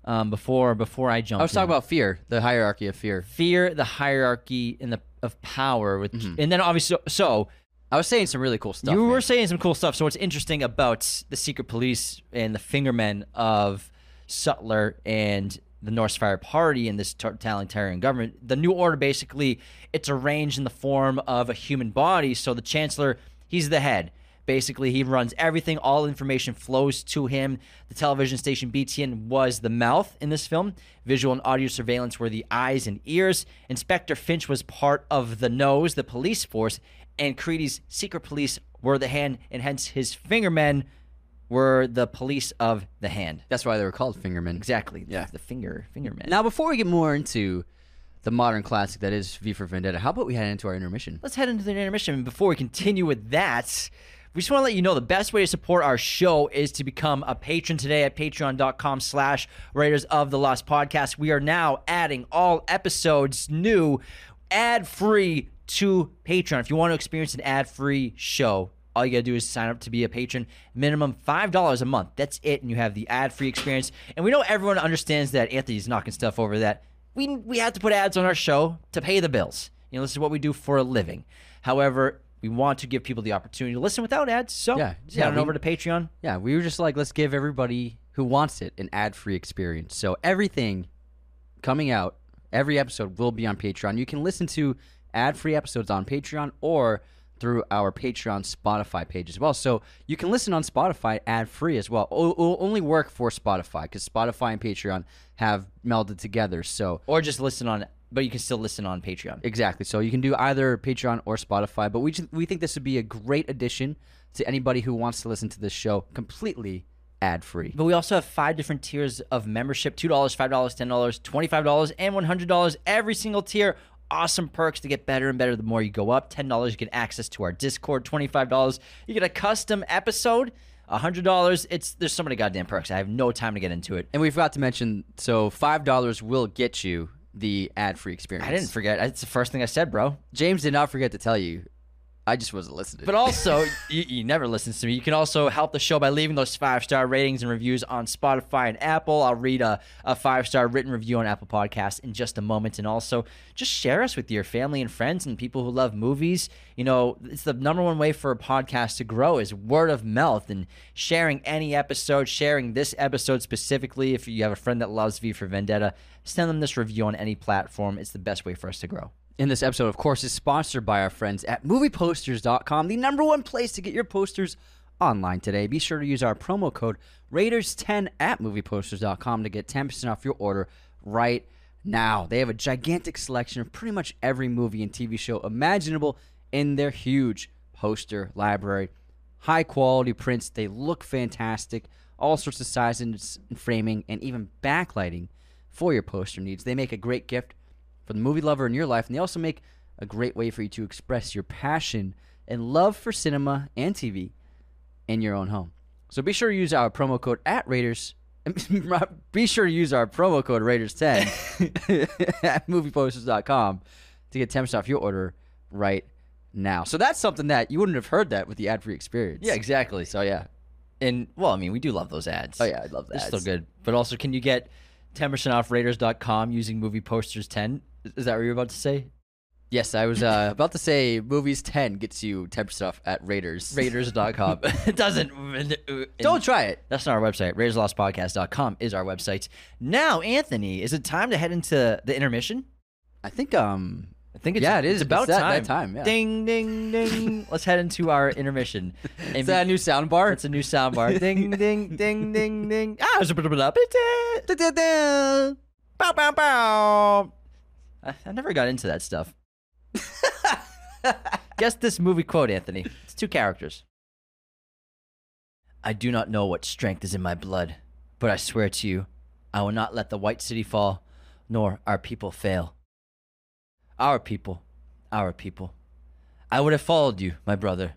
um, before before I jumped.
I was
in.
talking about fear, the hierarchy of fear.
fear, the hierarchy, and the of power. With
Mm-hmm.
and then obviously, so
I was saying some really cool stuff.
you
man.
were saying some cool stuff. So what's interesting about the secret police and the fingermen of Sutler and the Norse Fire Party and this tar- totalitarian government, the New Order basically it's arranged in the form of a human body. So the Chancellor, he's the head. Basically, he runs everything. All information flows to him. The television station BTN was the mouth in this film. Visual and audio surveillance were the eyes and ears. Inspector Finch was part of the nose, the police force, and Creedy's secret police were the hand, and hence his fingermen were the police of the hand.
That's why they were called Fingermen.
Exactly.
Yeah.
The finger, fingermen.
Now, before we get more into the modern classic that is V for Vendetta, how about we head into our intermission?
let's head into the intermission. And before we continue with that, we just want to let you know the best way to support our show is to become a patron today at patreon.com slash Raiders of the Lost Podcast. We are now adding all episodes new, ad-free to Patreon. If you want to experience an ad-free show, all you gotta do is sign up to be a patron. Minimum five dollars a month. That's it, and you have the ad-free experience. And we know everyone understands that Anthony's knocking stuff over that. We we have to put ads on our show to pay the bills. You know, this is what we do for a living. However, we want to give people the opportunity to listen without ads. So
Yeah,
just
yeah,
head on
we-
over to Patreon.
Yeah, we were just like, let's give everybody who wants it an ad free experience. So everything coming out, every episode will be on Patreon. You can listen to ad free episodes on Patreon or through our Patreon Spotify page as well. So you can listen on Spotify ad free as well. It will only work for Spotify because Spotify and Patreon have melded together. So
Or just listen on but you can still listen on Patreon.
Exactly. So you can do either Patreon or Spotify, but we ju- we think this would be a great addition to anybody who wants to listen to this show completely ad free.
But we also have five different tiers of membership $2, $5, $10, $25, and $100 every single tier. awesome perks to get better and better the more you go up. $10, you get access to our Discord. $25, you get a custom episode. $100, it's there's so many goddamn perks. I have no time to get into it.
And we forgot to mention, so five dollars will get you the ad-free experience.
I didn't forget. It's the first thing I said, bro.
James did not forget to tell you. I just wasn't listening.
But also, you, you never listens to me. You can also help the show by leaving those five star ratings and reviews on Spotify and Apple. I'll read a, a five star written review on Apple Podcasts in just a moment. And also, just share us with your family and friends and people who love movies. You know, it's the number one way for a podcast to grow is word of mouth and sharing any episode, sharing this episode specifically. If you have a friend that loves V for Vendetta, send them this review on any platform. It's the best way for us to grow.
in this episode, of course, is sponsored by our friends at movieposters.com, the number one place to get your posters online today. Be sure to use our promo code Raiders10 at movieposters.com to get 10% off your order right now. They have a gigantic selection of pretty much every movie and TV show imaginable in their huge poster library. High quality prints, they look fantastic, all sorts of sizes and framing, and even backlighting for your poster needs. They make a great gift for the movie lover in your life, and they also make a great way for you to express your passion and love for cinema and TV in your own home. So be sure to use our promo code at Raiders. [LAUGHS] Be sure to use our promo code Raiders10 at movieposters.com to get 10% off your order right now. So that's something that you wouldn't have heard that with the ad free experience.
Yeah, exactly.
So, yeah.
And well, I mean, we do love those ads.
Oh, yeah, I love that.
They're still good. But also, can you get 10% off Raiders.com using movie posters 10? Is that what you were about to say?
Yes, I was uh, about to say movies 10 gets you 10% off at Raiders.
Raiders.com. it doesn't.
Don't try it.
That's not our website. RaidersLostPodcast.com is our website. Now, Anthony, is it time to head into the intermission?
I think um
I think it's,
Yeah, it is.
it's about
It's that-
time.
that time, yeah.
Ding, ding, ding. Let's head into our intermission. And
Is that a new sound bar?
It's a new soundbar. ding, ding, ding, ding, ding. Ah, it's a blah, blah, blah, blah, da, da, da. Bow, bow, bow. I, I never got into that stuff. [LAUGHS] Guess this movie quote, Anthony. It's two characters. I do not know what strength is in my blood, but I swear to you, I will not let the White City fall, nor our people fail. Our people, our people. I would have followed you, my brother,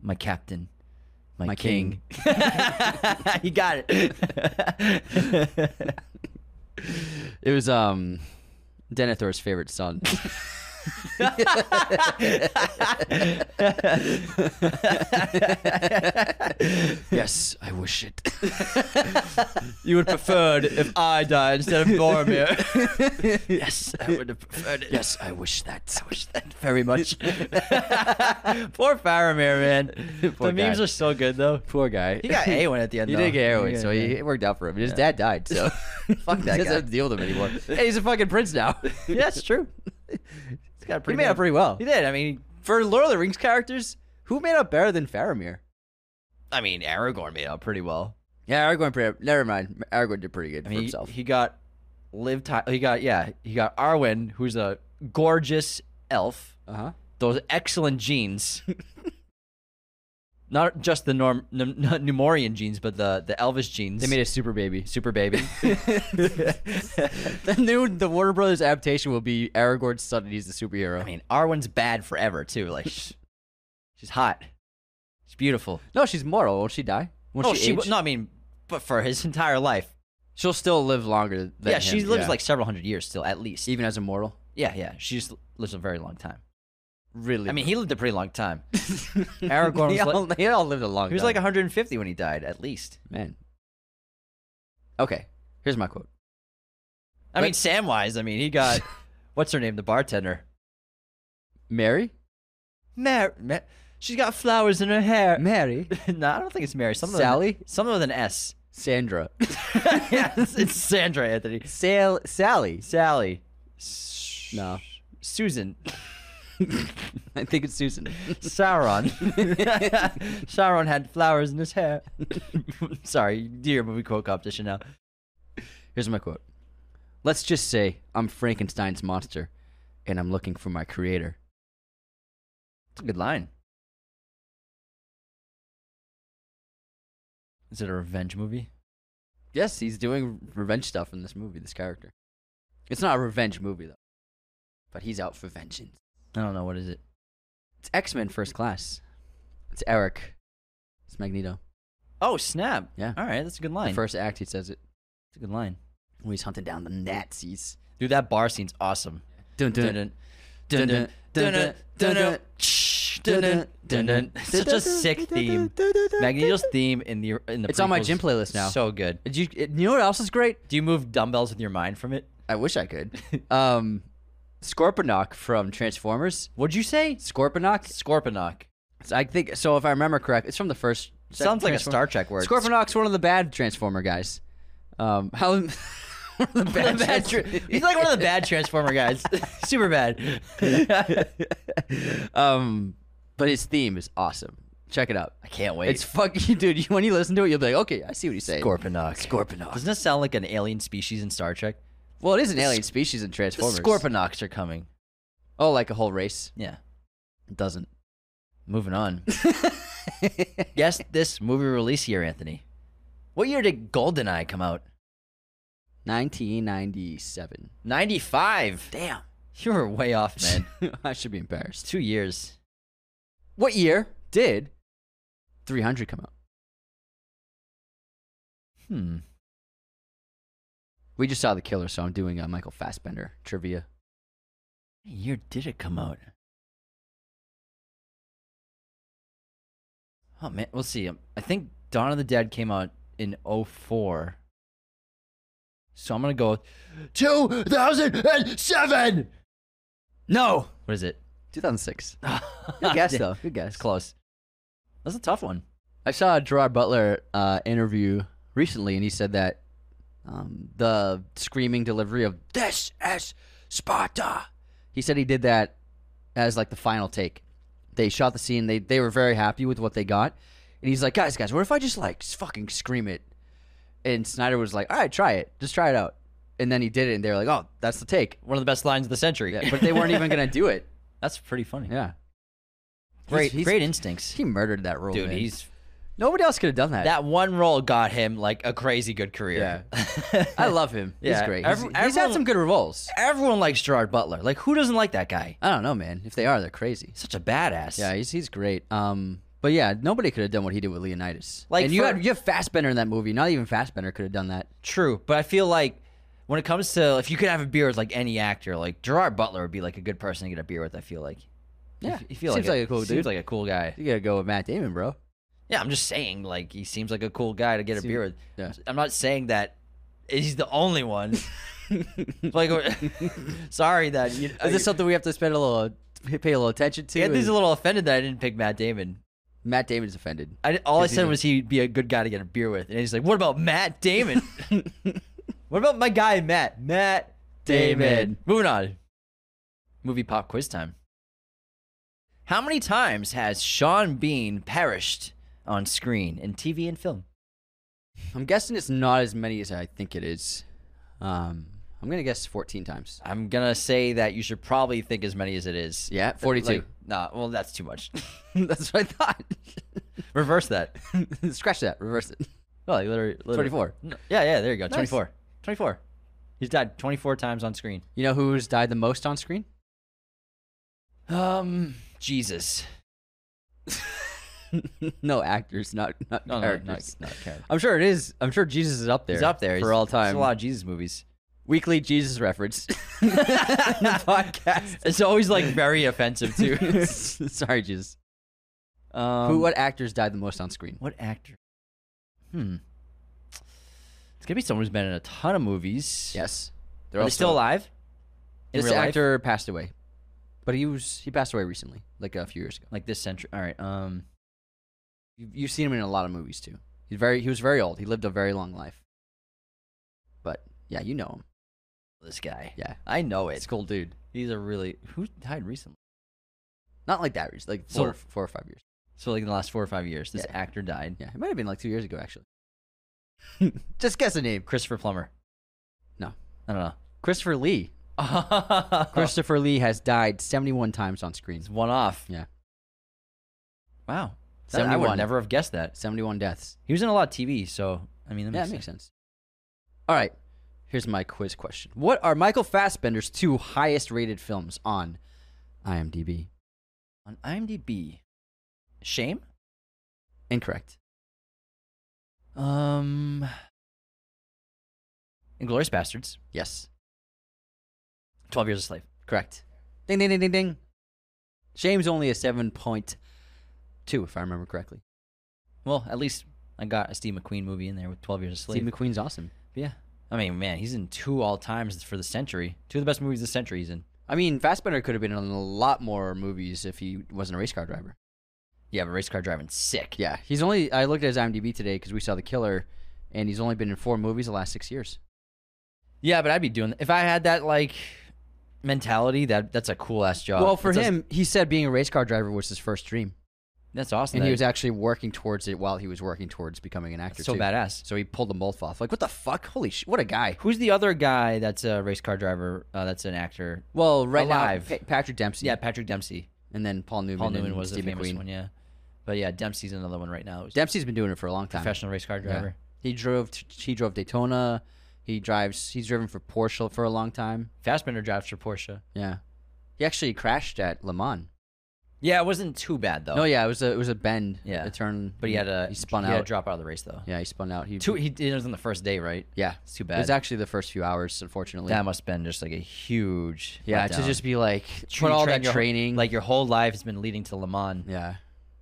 my captain, my,
My
king. [LAUGHS] you got it.
It was um Denethor's favorite son. yes, I wish it.
you would have preferred if I died instead of [LAUGHS] Boromir. yes, I would have preferred it.
Yes, I wish that. I wish that.
very much. [LAUGHS] Poor Faramir, man.
Poor
the memes
guy.
are so good though.
Poor guy.
He got A one at the end.
He
though.
did get heroin, so
yeah.
he, it worked out for him. His dad died,
[LAUGHS]
so
Fuck that
he doesn't
guy.
have to deal with him anymore. Hey, he's a fucking prince
[LAUGHS]
now.
Yeah, it's true. He's got a
he
pretty
made
good-
up pretty well.
He did. I mean,
For Lord of the Rings characters, [LAUGHS] who made up better than Faramir?
I mean, Aragorn made out pretty well.
Yeah, Aragorn. Pretty, never mind. Aragorn did pretty good
I
for
mean, he,
himself.
he got Liv. Ty- he got yeah. He got Arwen, who's a gorgeous elf.
Uh huh.
Those excellent [LAUGHS] genes. Not just the Norm, N- N- [LAUGHS] Numorian genes, but the the Elvish genes.
They made a super baby. [LAUGHS]
super baby.
the new the Warner Brothers adaptation will be Aragorn's son and he's the superhero.
[LAUGHS] I mean, Arwen's bad forever too. Like, sh- she's hot. She's beautiful.
no, she's mortal. Won't she die? Won't
oh,
she,
she.
age?
w- No, I mean, but for his entire life.
She'll still live longer than
yeah,
him,
she lives like several hundred years still, at least.
even as a mortal.
Yeah, yeah. She just lives a very long time.
Really?
I mean, he lived a pretty long [LAUGHS] time.
[LAUGHS] Aragorn
Aragorn was
they,
like-
all, they all lived a long
He was
time.
like 150 when he died, at least.
man. Okay, here's my quote.
I
Like-
mean, Samwise. I mean, he [LAUGHS] got what's her name, the bartender.
Mary,
Mary. she's got flowers in her hair.
Mary,
[LAUGHS] no, I don't think it's Mary. Something
Sally?
With an, something with an [LAUGHS] S.
Sandra,
yeah, it's, it's Sandra Anthony.
Sal, Sally.
Sally. S-
No.
[LAUGHS] Susan.
I think it's [LAUGHS] Susan.
Sauron. [LAUGHS] Sauron had flowers in his hair. [LAUGHS] Sorry, dear movie quote competition now.
Here's my quote. Let's just say I'm Frankenstein's monster, and I'm looking for my creator.
It's a good line. Is it a revenge movie?
Yes, he's doing revenge stuff in this movie, this character. It's not a revenge movie, though. If but he's out for vengeance.
I don't know what is it.
It's X Men First Class. It's Eric. It's Magneto.
Oh snap!
Yeah.
All right, that's a good
The
line.
first act, he says it
That's a good line.
when he's hunting down the Nazis.
Dude, that bar scene's awesome.
Dun dun
Dun-dun.
dun dun dun dun dun dun.
Shh, dun-dun, dun-dun. Such a sick theme. Magneto's theme in the in the
It's on my
prequels
gym playlist now.
So good.
Did you, you know what else is great?
Do you move dumbbells with your mind from it?
I wish I [LAUGHS] could. Um, Scorponok from Transformers.
What'd you say?
Scorponok.
Scorponok.
So I think so. If I remember correct, it's from the first.
Sounds like a
Transform-
Star Trek word.
Scorponok's one of the bad Transformer guys. Um, [LAUGHS] how one of [LAUGHS] the
One of
bad?
the bad tra- he's like one of the bad Transformer guys. [LAUGHS] Super bad. I
[LAUGHS] um, but his theme is awesome. Check it out.
can't wait.
It's fucking dude. You, when you listen to it, you'll be like, okay, I see what he's saying.
Scorponok.
Scorponok.
Doesn't that sound like an alien species in Star Trek?
Well, it is an alien species in
The
Transformers.
Scorponoks are coming.
Oh, like a whole race.
Yeah.
It doesn't. [LAUGHS]
Moving on. Guess this movie release year, Anthony. What year did GoldenEye come out?
1997.
95.
Damn.
You were way off,
[LAUGHS]
man.
I should be
It's
embarrassed.
two years.
What year did 300 come out?
Hmm.
We just saw The Killer, so I'm doing a Michael Fassbender trivia.
What year did it come out? Oh, man. We'll see. Um, I think Dawn of the Dead came out in 04. So I'm going to go with 2007.
No!
What is it?
2006.
[LAUGHS]
Good guess,
Damn.
though. Good guess.
It's close. That's a tough one.
I saw a Gerard Butler uh, interview recently, and he said that um, the screaming delivery of "This is Sparta," he said he did that as like the final take. They shot the scene. They they were very happy with what they got, and he's like, "Guys, guys, what if I just like s- fucking scream it?" And Snyder was like, "All right, try it. Just try it out." And then he did it, and they were like, "Oh, that's the take."
One of the best lines of the century.
Yeah, but they [LAUGHS] weren't even gonna do it.
e-, That's pretty funny.
Yeah,
Great,
He's- he's-
great instincts,
he murdered that role.
dude.
man.
He's
nobody else could have done that.
that one role got him like a crazy good career.
I love him.
[LAUGHS] Yeah,
He's great.
every-
he's, he's had
everyone-
some good revolts.
[LAUGHS] Everyone likes Gerard Butler. Like, who doesn't like that guy?
I don't know, man. If they are, they're crazy.
Such a badass.
Yeah, he's he's great. Um, but yeah, nobody could have done what he did with Leonidas.
Like
and you
for-
had you have Fassbender in that movie. Not even Fassbender could have done that.
true. But I feel like when it comes to if you could have a beer with like any actor, like Gerard Butler would be like a good person to get a beer with. I feel like.
Yeah,
you feel
seems
like,
like a cool
seems
dude.
like a cool guy.
You gotta go with Matt Damon, bro.
Yeah, I'm just saying, like, he seems like a cool guy to get a
Seem-
beer with.
yeah.
I'm not saying that he's the
[LAUGHS]
only one. like, [LAUGHS] sorry that you,
Is this something we have to spend a little pay a little attention to?
Anthony's
Is-
a little offended that I didn't pick Matt Damon.
Matt Damon's offended.
I, all I
Is he
said
the-
was he'd be a good guy to get a beer with, and he's like, "What about Matt
[LAUGHS]
Damon? [LAUGHS] what about my guy Matt? Matt Damon."
Damon.
Moving on. Movie pop quiz time. How many times has Sean Bean perished on screen in TV and film?
I'm guessing it's not as many as I think it is. Um, I'm gonna guess 14 times.
I'm gonna say that you should probably think as many as it is.
Yeah, 42.
Like, nah, well that's too much. [LAUGHS]
[LAUGHS] That's what I thought.
Reverse that.
Scratch that. Reverse it.
No, like literally, literally
24.
No, yeah, yeah. There you go.
Nice.
24. 24. He's died 24 times on screen.
You know who's died the most on screen?
Um, Jesus.
[LAUGHS] no actors, not not
No, no,
characters.
not, not character.
I'm sure it is. I'm sure Jesus is up there.
He's up there
for
He's-
all time.
There's a lot of Jesus movies.
[LAUGHS]
[LAUGHS]
Weekly Jesus reference. [LAUGHS] In the podcast.
[LAUGHS] It's always like very offensive [LAUGHS] too.
[LAUGHS] Sorry, Jesus.
um,
Who? What actors died the most on screen?
What actor? Hmm. It's gonna be someone who's been in a ton of movies.
Yes,
Are they still alive? In
This
real life?
actor passed away, but he was he passed away recently, like a few years ago.
like this century. All right. Um.
You, you've seen him in a lot of movies too. He's very he was very old. He lived a very long life. But yeah, you know him.
This guy.
Yeah,
I know it.
it's a cool dude.
He's a really who died recently.
Not like that, recent- like four,
So-
four or five years.
So like in the last four or five years, this
Yeah.
actor died.
Yeah, it might have been like two years ago actually.
[LAUGHS]
Just guess a name.
Christopher Plummer.
No.
I don't
Christopher
[LAUGHS]
Lee.
know.
Christopher Lee has died 71 times on screen.
It's one off.
Yeah.
Wow. That- I would
71.
never have guessed that.
71 deaths.
He was in a lot of TV, so I mean, that
yeah,
makes
that makes
sense.
sense. All right. Here's my quiz question. What are Michael Fassbender's two highest rated films on IMDb?
On IMDb, Shame.
Incorrect.
Um, Inglorious Bastards.
Yes.
Twelve Years a Slave.
Correct. Ding ding ding ding ding. Shame's only a 7.2 if I remember correctly.
Well, at least I got a Steve McQueen movie in there with Twelve Years a Slave.
Steve McQueen's awesome.
yeah. I mean, man, he's in two all times for the century. Two of the best movies of the century he's in.
I mean, Fassbender could have been in a lot more movies if he wasn't a race car driver.
Yeah, but race car driving, sick.
Yeah, he's only. I looked at his IMDb today because we saw The Killer, and he's only been in four movies the last six years.
Yeah, but I'd be doing if I had that like mentality. That that's a cool ass job.
well, for
That's-
him, he said being a race car driver was his first dream,
that's awesome.
and
that-
he was actually working towards it while he was working towards becoming an actor.
so
too.
badass.
So he pulled them both off. Like, what the fuck? Holy shit! What a guy.
Who's the other guy that's a race car driver? Uh, that's an actor.
Well, right
Alive.
now, Pa- Patrick Dempsey.
Yeah, Patrick Dempsey.
and then Paul Newman.
Paul Newman
and
was the
Steve
famous
McQueen.
one. Yeah, but yeah, Dempsey's another one right now. who's
Dempsey's been doing it for a long
a
time.
professional race car
Yeah.
driver.
He drove. t- He drove Daytona. He drives. He's driven for Porsche for a long time.
Fastbender drives for Porsche.
Yeah. He actually crashed at Le Mans.
Yeah, it wasn't too bad though.
No, yeah, it was a it was a bend.
Oh. Yeah.
a turn.
but he had a
he spun
he
out.
Had to drop out of the race though.
Yeah, he spun out. He
Two, he it was on the first day, right?
yeah,
It's too
It was
bad.
actually the first few hours, unfortunately.
That must have been just like a huge.
yeah,
letdown.
to just be like
You
put all
train
that
your whole-
training,
like your whole life has been leading to Le Mans.
yeah,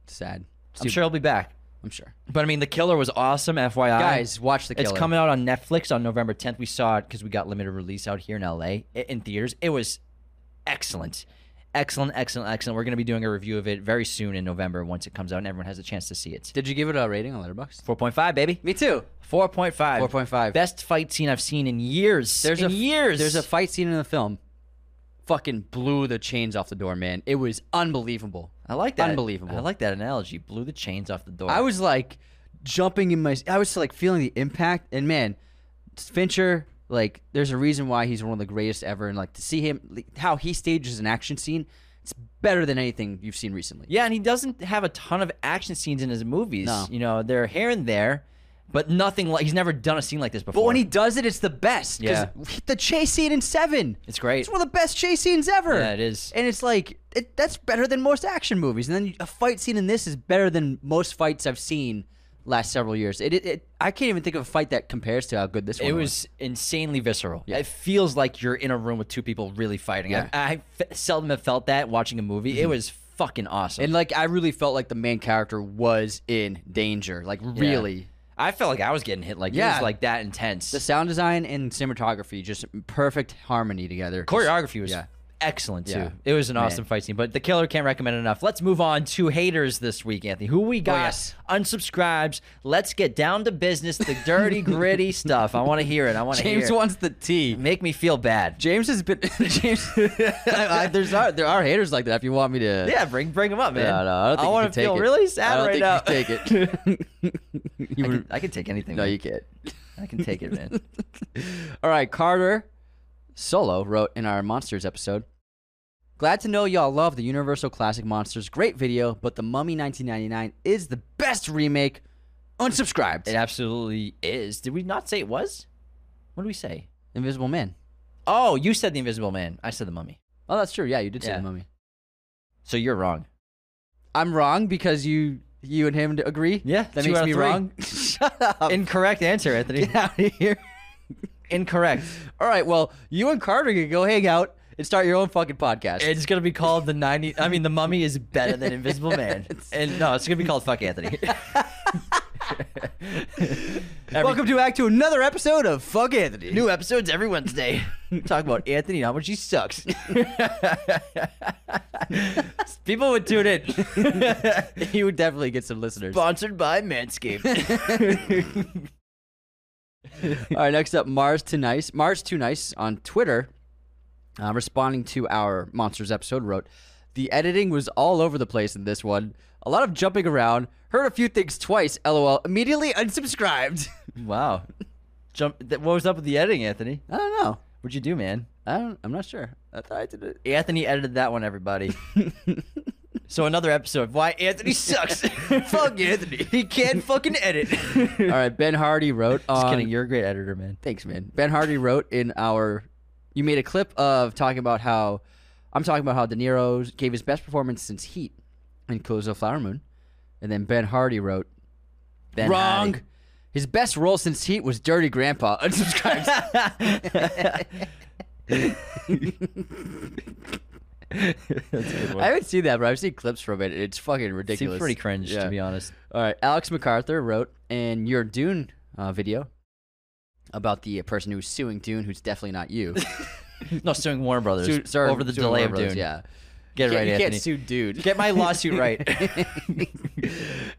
sad.
I'm sure he'll be back.
I'm sure.
But I mean, The Killer was awesome. FYI,
Guys, watch the killer.
It's coming out on Netflix on November 10th. We saw it because we got limited release out here in LA i- in theaters. It was excellent. Excellent, excellent, excellent. We're going to be doing a review of it very soon in November once it comes out and everyone has a chance to see it.
Did you give it a rating on Letterboxd?
4.5, baby.
Me too.
4.5.
4.5.
Best fight scene I've seen in years.
There's
in
a
years.
There's a fight scene in the film. Fucking blew the chains off the door, man. It was unbelievable.
I like that.
Unbelievable.
I like that analogy. Blew the chains off the door.
I was like jumping in my. I was like feeling the impact, and man, Fincher. Like, there's a reason why he's one of the greatest ever, and like to see him like, how he stages an action scene, it's better than anything you've seen recently.
Yeah, and he doesn't have a ton of action scenes in his movies.
No.
You know, they're here and there, but nothing like he's never done a scene like this before.
But when he does it, it's the best. 'cause the chase scene in Seven,
It's great.
It's one of the best chase scenes ever.
Yeah, it is.
and it's like it, that's better than most action movies. And then a fight scene in this is better than most fights I've seen last several years. It, it, it I can't even think of a fight that compares to how good this one
It was insanely visceral.
Yeah.
It feels like you're in a room with two people really fighting.
Yeah. Mm-hmm.
I, I f- seldom have felt that watching a movie. It was fucking awesome.
And like I really felt like the main character was in danger. Like
Yeah.
really.
I felt like I was getting hit. Like it
Yeah.
was like that intense.
The sound design and cinematography just perfect harmony together.
choreography was
Yeah.
excellent too.
Yeah.
It was an awesome fight scene. But the killer can't recommend it enough. Let's move on to haters this week, Anthony. Who we got
yes.
unsubscribes. Let's get down to business. The dirty, [LAUGHS] gritty stuff. I want to hear it. I want to hear.
James
it.
wants the tea.
Make me feel bad.
James has been [LAUGHS]
[LAUGHS]
James I, I, there's are there are haters like that if you want me to
Yeah, bring bring him up, man.
No, no, I don't think you
wanna
can take
feel
it.
really sad
I don't
right
think
now. [LAUGHS]
you can take it. You
I
were-
can, I can take anything.
no,
man.
you can't.
I can take it, [LAUGHS] man.
All right, Carter Solo wrote in our Monsters episode. Glad to know y'all love the Universal Classic Monsters. Great video, but The Mummy 1999 is the best remake. Unsubscribed.
it absolutely is. Did we not say it was? What did we say?
Invisible Man.
Oh, you said the Invisible Man. I said the Mummy.
Oh, that's true. Yeah, you did say
Yeah.
The Mummy.
So you're wrong.
I'm wrong because you you and him agree.
Yeah,
that
two
makes
out of
me
three.
wrong. [LAUGHS] Shut
Oh.
up.
Incorrect answer, [LAUGHS] Anthony.
Get [LAUGHS] out of here.
Incorrect.
All right. Well, you and Carter can go hang out and start your own fucking podcast.
It's gonna be called the ninety. I mean, the Mummy is better than Invisible [LAUGHS] Man. And no, it's gonna be called Fuck [LAUGHS] Anthony. Every-
Welcome to back to another episode of Fuck Anthony. [LAUGHS]
New episodes every Wednesday. [LAUGHS] Talk about Anthony and how much he [LAUGHS] sucks. People would tune in.
you would definitely get some listeners.
[LAUGHS] Sponsored by Manscaped.
[LAUGHS] All right, next up, Mars Too Nice. Mars Too Nice on Twitter, uh, responding to our Monsters episode, wrote, The editing was all over the place in this one. A lot of jumping around. Heard a few things twice, lol. Immediately unsubscribed. [LAUGHS]
[LAUGHS] wow. Jump. Th- what was up with the editing, Anthony?
I don't know.
What'd you do, man?
I don't, I'm not sure. I thought I did it. [LAUGHS]
Anthony edited that one, everybody. So another episode of why Anthony
[LAUGHS]
sucks. Fuck Anthony. He can't fucking edit.
All right, Ben Hardy wrote on.
Just kidding. You're a great editor, man.
Thanks, man. Ben Hardy wrote in our. You made a clip of talking about how. I'm talking about how De Niro gave his best performance since Heat in Kuzo Flower Moon. And then Ben Hardy wrote. Ben
Wrong.
Hardy, His best role since Heat was Dirty Grandpa. [LAUGHS]
[LAUGHS]
Unsubscribed. I haven't seen that, but I've seen clips from it. and It's fucking ridiculous.
Seems pretty cringe,
Yeah.
to be honest.
All right. Alex MacArthur wrote in your Dune uh, video about the person who's suing Dune, who's definitely not
[LAUGHS]
you.
No, suing Warner Brothers
Su- sorry,
over the
suing
delay
Warner
of
Brothers,
Dune.
Yeah.
Get it
Can't-
right,
you
Anthony.
can't sue Dude.
Get my [LAUGHS]
[LAUGHS]
lawsuit right.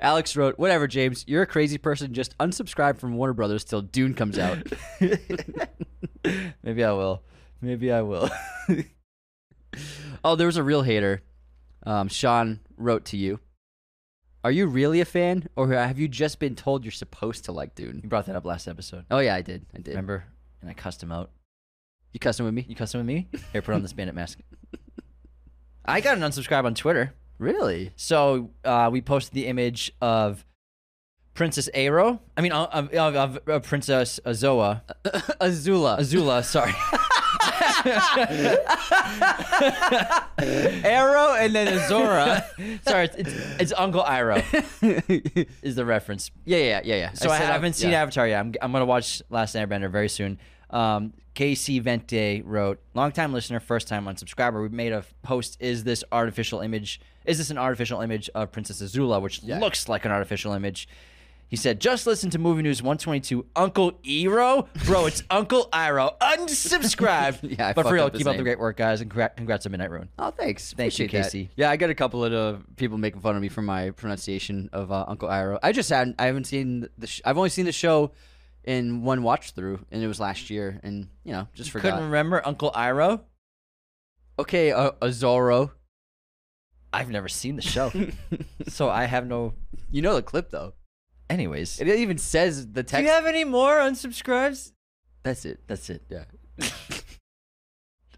Alex wrote, "Whatever, James, you're a crazy person. Just unsubscribe from Warner Brothers till Dune comes
[LAUGHS]
out."
Maybe I will. Maybe I will.
oh, there was a real hater. Um, Sean wrote to you, "Are you really a fan, or have you just been told you're supposed to like Dune?"
[LAUGHS] you brought that up last episode.
Oh yeah, I did. I did.
Remember? And I cussed him out.
You cussing with me?
You cussing with me? Here, put on this bandit
[LAUGHS]
mask. I got an unsubscribe on Twitter.
Really?
So uh, we posted the image of Princess Aero. I mean, of, of, of, of Princess Azoa.
[LAUGHS] Azula.
Azula, sorry.
Arrow and then [LAUGHS] Azora.
[LAUGHS] sorry, it's, it's, it's Uncle Iroh is the reference.
yeah, yeah, yeah, yeah.
So I,
set up-
haven't seen
yeah.
Avatar yet. I'm, I'm going to watch Last Airbender very soon. Um, KC Vente wrote, longtime listener, first time unsubscriber. We made a post. Is this artificial image? Is this an artificial image of Princess Azula, which looks like an artificial image? He said, just listen to Movie News 122. Uncle Ero?
[LAUGHS]
Bro, it's Uncle Iro. Unsubscribe.
Yeah, I
but
fucked
for real,
up his
keep up the
name.
great work, guys, and congr- congrats on Midnight Ruin.
Oh, thanks.
Thank you,
Appreciate that.
Casey.
Yeah, I got a couple of uh, people making fun of me for my pronunciation of uh, Uncle Iroh. I just hadn't. I haven't seen the. Sh- I've only seen the show in one watch through, and it was last year. And you know, just forgot.
Couldn't remember Uncle Iro?
okay, uh, Azoro.
I've never seen
[LAUGHS]
the show. so I have no.
You know the clip though.
Anyways.
It even says the text.
have any more unsubscribes?
That's it.
That's it.
Yeah. [LAUGHS]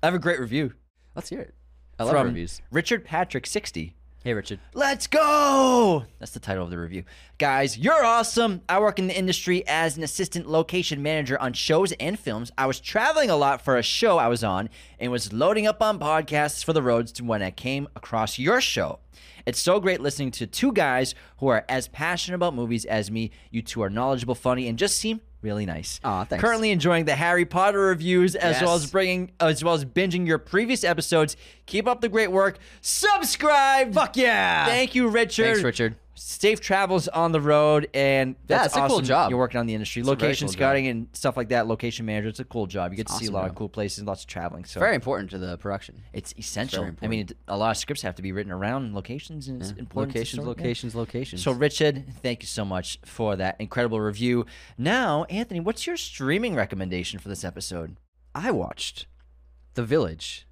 I have a great review.
Let's hear it. I love
from
reviews.
Richard Patrick 60.
Hey, Richard.
Let's go! That's the title of the review. Guys, you're awesome. I work in the industry as an assistant location manager on shows and films. I was traveling a lot for a show I was on and was loading up on podcasts for the roads to when I came across your show. It's so great listening to two guys who are as passionate about movies as me. You two are knowledgeable, funny, and just seem really nice.
Aw, thanks.
Currently enjoying the Harry Potter reviews as well
Yes.
as bringing as well as binging your previous episodes. Keep up the great work. Subscribe. Fuck
yeah!
Thank you, Richard.
Thanks, Richard.
Safe travels on the road, and
Yeah,
that's
it's a cool
awesome.
job.
You're working on the industry,
a very
location
cool job.
scouting and stuff like that. Location manager, it's a cool job. You get to see a
awesome
lot of
job.
cool places, lots of traveling. So
Very important to the production.
it's essential.
very
I mean, it, a lot of scripts have to be written around locations, and it's important. to
Locations,
sort- yeah.
locations, locations.
So, Richard, thank you so much for that incredible review. Now, Anthony, what's your streaming recommendation for this episode?
I watched The Village.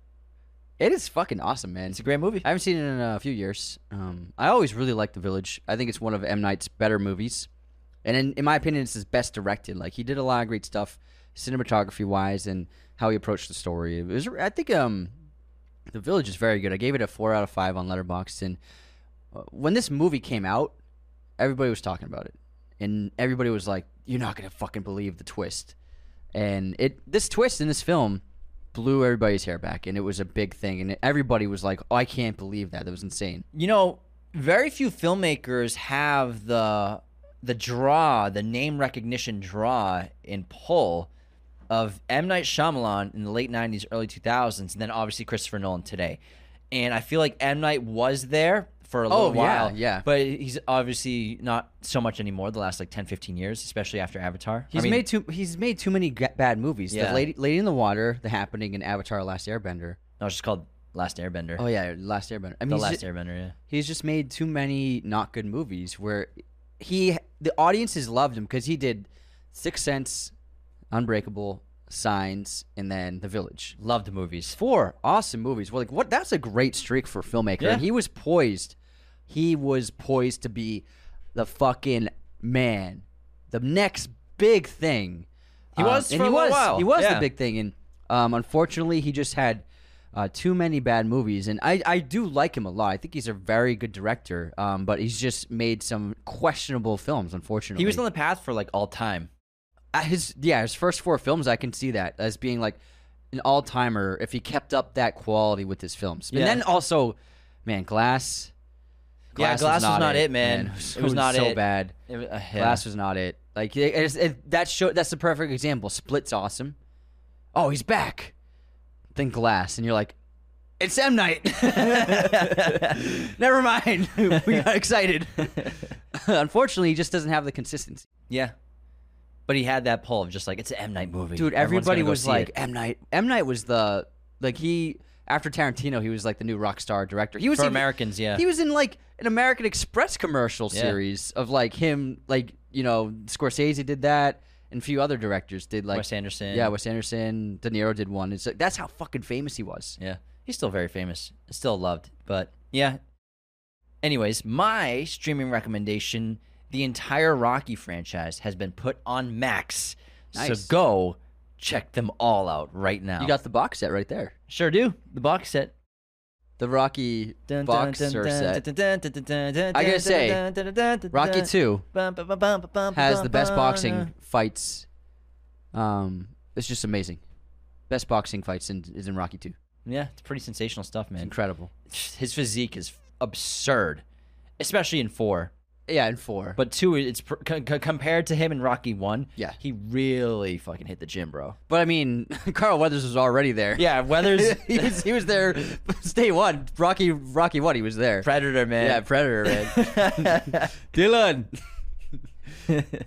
It is fucking awesome, man.
It's a great movie.
I haven't seen it in a few years. Um, I always really liked The Village. I think it's one of M. Night's better movies. And in, in my opinion, it's his best directed. Like, he did a lot of great stuff cinematography wise and how he approached the story. It was, I think um, The Village is very good. I gave it a 4 out of 5 on Letterboxd. And uh, when this movie came out, everybody was talking about it. And everybody was like, you're not going to fucking believe the twist. And it this twist in this film blew everybody's hair back and it was a big thing and everybody was like oh, i can't believe that that was insane
you know, very few filmmakers have the the draw, the name recognition draw and pull of M Night Shyamalan in the late '90s, early 2000s, and then obviously Christopher Nolan today. And I feel like M Night was there for a little
Oh, yeah,
while,
yeah.
But he's obviously not so much anymore. The last like 10, 15 years, especially after Avatar. I
he's
mean,
made too he's made too many g- bad movies
Yeah.
the lady, lady in the water the happening and avatar last airbender
no, it's just called Last Airbender.
oh yeah last airbender i mean
the
he's
Last
ju-
Airbender. Yeah.
he's just made too many not good movies where he the audiences loved him because he did six sense unbreakable signs and then the village
Loved movies.
four awesome movies. Well, like what? That's a great streak for a filmmaker.
Yeah.
And he was poised. He was poised to be the fucking man, the next big thing. Um,
He was
and
for
he
a little
was,
while.
He was
Yeah.
the big thing, and um, unfortunately, he just had uh, too many bad movies, and I, I do like him a lot. I think he's a very good director, um, but he's just made some questionable films, unfortunately.
He was on the path for like all time.
Uh, his yeah his first four films I can see that as being like an all timer if he kept up that quality with his films. And
Yeah.
then also, man, Glass.
Yeah, Glass was not
[LAUGHS]
it, man. It was not
so
it.
bad.
It was- uh, yeah.
Glass was not it. Like it, it's- it- that show. That's the perfect example. Split's awesome. Oh, he's back. Then Glass, and you're like, it's M
[LAUGHS]
Night. [LAUGHS] Never mind. [LAUGHS] we got
[LAUGHS]
excited. [LAUGHS] Unfortunately, he just doesn't have the consistency.
yeah. But he had that pull of just like it's an M Night movie.
Dude,
Everyone's gonna
everybody
go
was
see
like
it.
M Night. M Night was the like he after Tarantino, he was like the new rock star director. He was
for
even-
Americans, yeah.
He was in like an American Express commercial
Yeah.
series of like him, like you know Scorsese did that, and a few other directors did like
Wes Anderson.
Yeah, Wes Anderson, De Niro did one. It's like that's how fucking famous he was.
Yeah. He's still very famous. Still loved. But yeah. Anyways, my streaming recommendation the entire Rocky franchise has been put on max.
Nice.
So go check them all out right now.
You got the box set right there,
sure do. The box set.
the Rocky boxer set.
set.
I gotta say, Rocky Two has the best boxing fights. Um, it's just amazing. Best boxing fights in, is in Rocky Two.
Yeah, it's pretty sensational stuff, man.
Incredible.
His physique is absurd, especially in four.
Yeah, in four.
But two, it's pr- c- c- compared to him in Rocky one.
Yeah.
he really fucking hit the gym, bro.
but I mean, [LAUGHS] Carl Weathers was already there.
Yeah, Weathers,
[LAUGHS] he was he was there [LAUGHS] day one. Rocky Rocky one, he was there.
Predator, man.
Yeah, Predator, man. [LAUGHS] Dylan.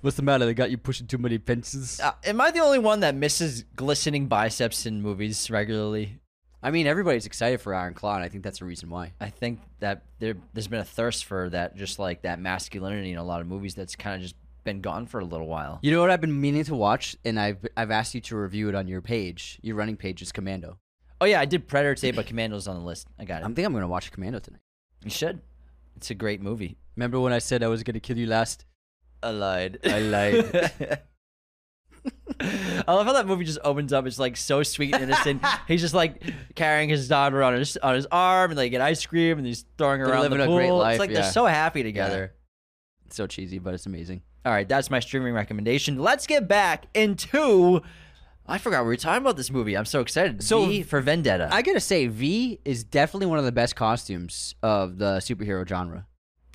What's the matter? They got you pushing too many fences.
Uh, am I the only one that misses glistening biceps in movies regularly?
I mean, everybody's excited for Iron Claw, and I think that's the reason why.
I think that there, there's been a thirst for that, just like that masculinity in a lot of movies that's kind of just been gone for a little while.
You know what I've been meaning to watch, and I've I've asked you to review it on your page. Your running page is Commando.
Oh yeah, I did Predator today, but Commando's on the list. I got it.
I think I'm gonna watch Commando tonight.
you should. It's a great movie.
Remember when I said I was gonna kill you last?
I lied.
I lied. [LAUGHS]
I love how that movie just opens up. It's like so sweet and innocent. he's just like carrying his daughter on his on his arm, and they get ice cream, and he's throwing her
They're
around the
living a
pool.
great life,
it's like
yeah.
they're so happy together.
It's so cheesy, but it's amazing.
All right, that's my streaming recommendation. Let's get back into. I forgot we were talking about this movie. I'm so excited.
So-
V for Vendetta.
I gotta say, V is definitely one of the best costumes of the superhero genre.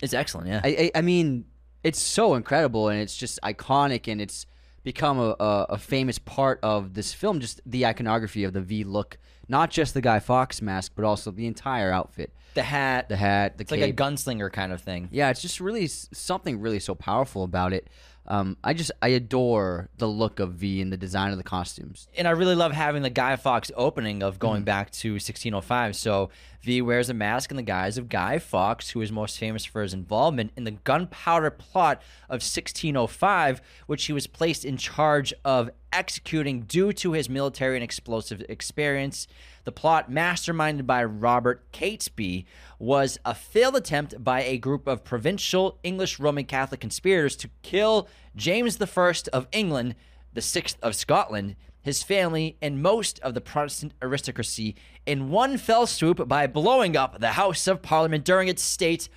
it's excellent. Yeah.
I, I, I mean, it's so incredible and it's just iconic and it's become a, a, a famous part of this film. Just the iconography of the V look, not just the Guy Fox mask, but also the entire outfit,
the hat.
the hat, the
it's
cape.
like a gunslinger kind of thing.
yeah, it's just really s- something really so powerful about it. Um, I just I adore the look of V and the design of the costumes.
and I really love having the Guy Fox opening of going back to 1605. So V wears a mask in the guise of Guy Fox, who is most famous for his involvement in the gunpowder plot of 1605, which he was placed in charge of executing due to his military and explosive experience. The plot, masterminded by Robert Catesby, was a failed attempt by a group of provincial English Roman Catholic conspirators to kill James I of England, the sixth of Scotland, his family, and most of the Protestant aristocracy in one fell swoop by blowing up the House of Parliament during its state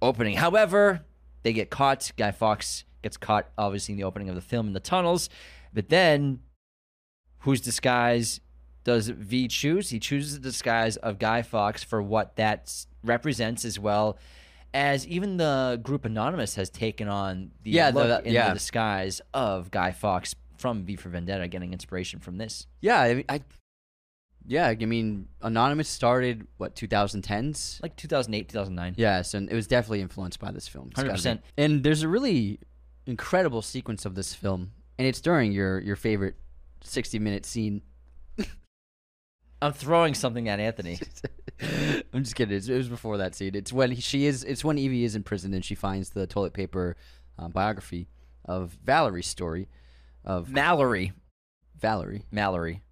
opening. However, they get caught. Guy Fawkes gets caught, obviously, in the opening of the film in the tunnels. But then, whose disguise does V choose? He chooses the disguise of Guy Fawkes for what that s- represents, as well as even the group Anonymous has taken on the
Yeah, the-
look
that-
in
yeah.
the disguise of Guy Fawkes from V for Vendetta, getting inspiration from this.
Yeah, I, mean, I yeah, I mean, Anonymous started what 2010s.
Like 2008, 2009.
Yes, and it was definitely influenced by this film. It's gotta be.
100%.
And there's a really incredible sequence of this film, and it's during your your favorite 60 minute scene. [CLEARS THROAT]
I'm throwing something
[LAUGHS]
at Anthony. [LAUGHS]
I'm just kidding. It's, it was before that scene. It's when she is. It's when Evie is in prison and she finds the toilet paper um, biography of Valerie's story of
Mallory.
Valerie.
Mallory.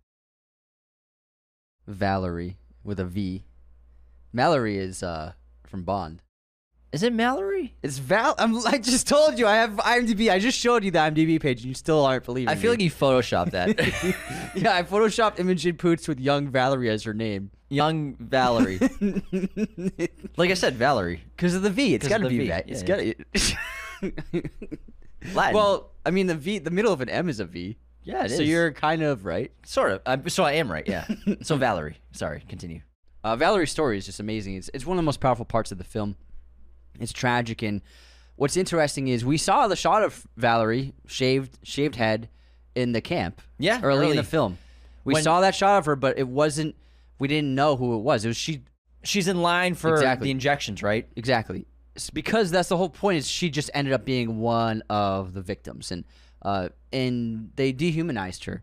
Valerie with a V. Mallory is uh, from Bond.
Is it Mallory?
It's Val. I'm, [LAUGHS] I just told you I have IMDb. I just showed you the IMDb page, and you still aren't believing.
I
[LAUGHS] me. [LAUGHS]
feel like you photoshopped that.
[LAUGHS] yeah, I photoshopped Imogen Poots with young Valerie as her name.
young Valerie. like I said, Valerie.
Because of the V. It's
'Cause
got to
of the
be
V,
that.
yeah,
It's
yeah.
got to. [LAUGHS]
Latin.
well, I mean, the V, the middle of an M is a V.
Yeah, it
so
is.
you're kind of right.
sort of. I'm, so I am right. [LAUGHS] Yeah. so Valerie. Sorry. Continue.
Uh, Valerie's story is just amazing. It's, it's one of the most powerful parts of the film. It's tragic, and what's interesting is we saw the shot of Valerie shaved shaved head in the camp.
Yeah,
early, in
early.
the film, we
When-
saw that shot of her, but it wasn't. We didn't know who it was. It was she
She's in line for
Exactly.
the injections, right?
exactly It's because that's the whole point. Is she just ended up being one of the victims, and uh, and they dehumanized her.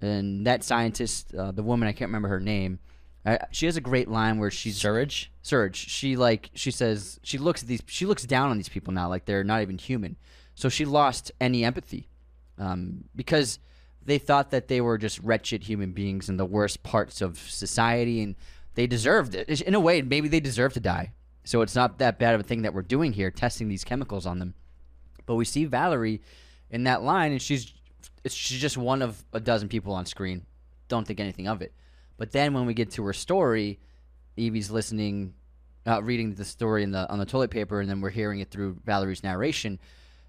And that scientist, uh, the woman I can't remember her name, uh, she has a great line where she's
Surge.
Surge, she like she says she looks at these she looks down on these people now like they're not even human. So she lost any empathy um, because they thought that they were just wretched human beings in the worst parts of society, and they deserved it. In a way, maybe they deserve to die. So it's not that bad of a thing that we're doing here, testing these chemicals on them. But we see Valerie in that line, and she's it's- she's just one of a dozen people on screen. Don't think anything of it. But then when we get to her story, Evie's listening, uh, reading the story in the on the toilet paper, and then we're hearing it through Valerie's narration.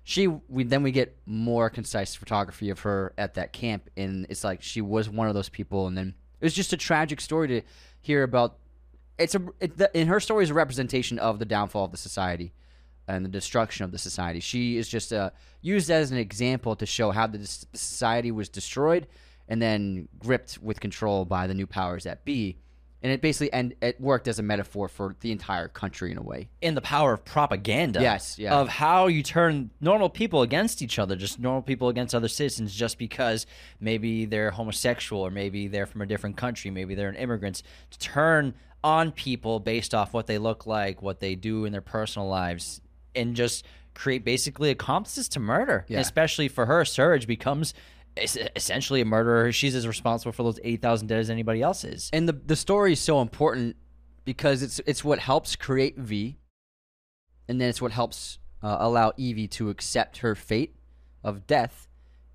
She we then we get more concise photography of her at that camp, and it's like she was one of those people. And then it was just a tragic story to hear about. It's a it, the, in her story is a representation of the downfall of the society and the destruction of the society. She is just uh, used as an example to show how the dis- society was destroyed and then gripped with control by the new powers that be. And it basically and it worked as a metaphor for the entire country in a way.
in the power of propaganda.
Yes, yeah.
Of how you turn normal people against each other, just normal people against other citizens, just because maybe they're homosexual or maybe they're from a different country, maybe they're an immigrant, to turn on people based off what they look like, what they do in their personal lives, and just create basically accomplices to murder. And
Yeah.
especially for her, Surge becomes es- essentially a murderer. She's as responsible for those 8,000 dead as anybody else is.
And the the story is so important because it's it's what helps create V, and then it's what helps uh, allow Evie to accept her fate of death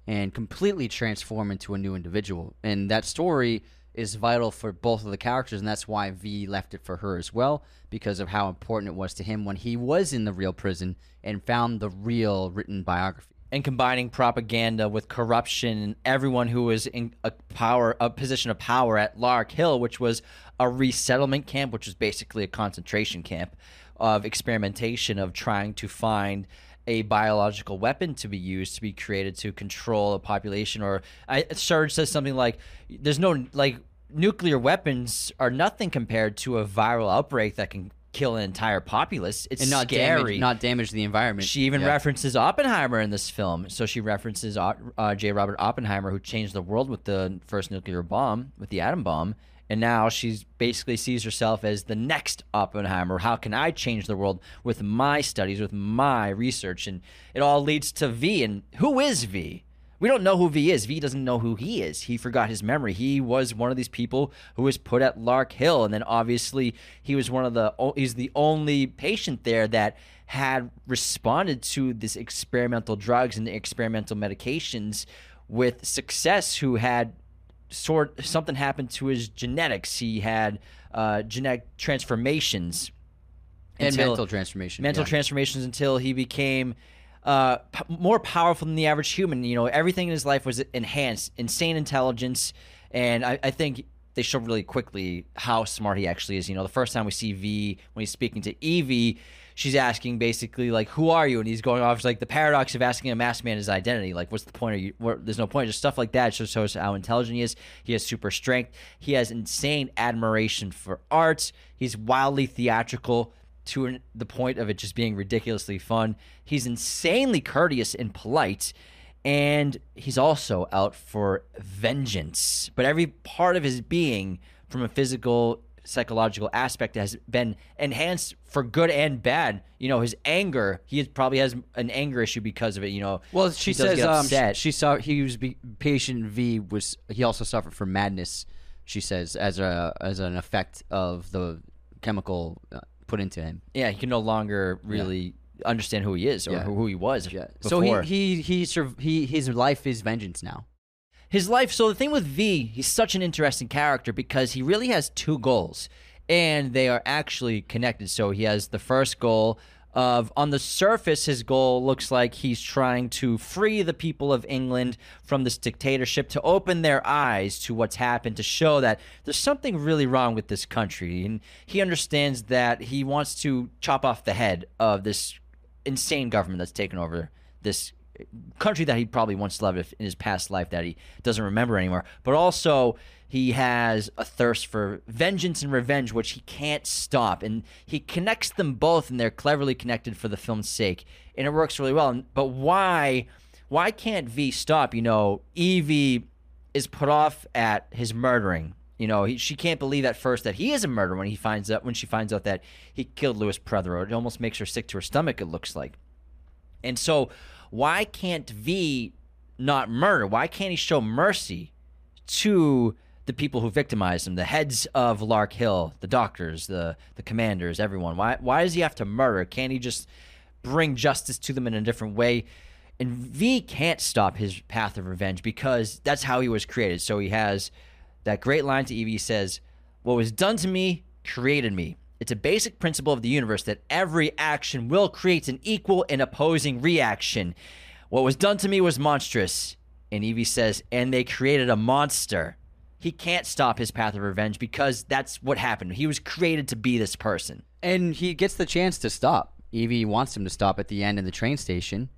and completely transform into a new individual. And that story is vital for both of the characters, and that's why V left it for her as well because of how important it was to him when he was in the real prison and found the real written biography.
and combining propaganda with corruption and everyone who was in a power a position of power at Lark Hill, which was a resettlement camp, which was basically a concentration camp of experimentation of trying to find a biological weapon to be used to be created to control a population or I Serge says something like there's no like nuclear weapons are nothing compared to a viral outbreak that can kill an entire populace. It's
And not
scary.
damage, not damage the environment.
She even
Yeah.
references Oppenheimer in this film. So she references O- uh, J. Robert Oppenheimer, who changed the world with the first nuclear bomb, with the atom bomb. And now she's basically sees herself as the next Oppenheimer. How can I change the world with my studies, with my research? And it all leads to V. And who is V? We don't know who V is. V doesn't know who he is. He forgot his memory. He was one of these people who was put at Lark Hill, and then obviously he was one of the o- he's the only patient there that had responded to this experimental drugs and experimental medications with success. Who had sort something happened to his genetics. He had uh, genetic transformations
and
until-
mental transformation.
mental
yeah.
transformations until he became uh, p- more powerful than the average human. You know, everything in his life was enhanced, insane intelligence, and I, I think they show really quickly how smart he actually is. You know, the first time we see V when he's speaking to Evie, she's asking basically like, "Who are you?" and he's going off like the paradox of asking a masked man his identity. Like, what's the point? Are you? Where, there's no point. Just stuff like that just shows how intelligent he is. He has super strength. He has insane admiration for art. He's wildly theatrical to an, the point of it just being ridiculously fun. He's insanely courteous and polite, and he's also out for vengeance. But every part of his being, from a physical, psychological aspect, has been enhanced for good and bad. You know, his anger, he is- probably has an anger issue because of it. You know,
Well, she
He does
says
get
um,
upset.
sh- she saw he was be- patient V was he also suffered from madness. She says as a as an effect of the chemical uh, put into him.
yeah, he can no longer really understand who he is or
Yeah.
who who he was.
So
before.
he he he, sur- he his life is vengeance now.
His life. So the thing with V, he's such an interesting character because he really has two goals, and they are actually connected. So he has the first goal of on the surface his goal looks like he's trying to free the people of England from this dictatorship to open their eyes to what's happened to show that there's something really wrong with this country and he understands that he wants to chop off the head of this insane government that's taken over this country that he probably once loved if- in his past life that he doesn't remember anymore. But also, he has a thirst for vengeance and revenge, which he can't stop. And he connects them both, and they're cleverly connected for the film's sake. And it works really well. And- But why, why can't V stop? You know, Evie is put off at his murdering. You know, he, she can't believe at first that he is a murderer when he finds out when she finds out that he killed Louis Prothero. It almost makes her sick to her stomach. It looks like. And so, why can't V not murder? Why can't he show mercy to the people who victimized him, the heads of Lark Hill, the doctors, the the commanders, everyone? Why why does he have to murder? Can't he just bring justice to them in a different way? And V can't stop his path of revenge because that's how he was created. So he has that great line to Evie he says, What was done to me created me. It's a basic principle of the universe that every action will create an equal and opposing reaction. What was done to me was monstrous. And Evie says, And they created a monster. He can't stop his path of revenge because that's what happened. He was created to be this person.
And he gets the chance to stop. Evie wants him to stop at the end in the train station,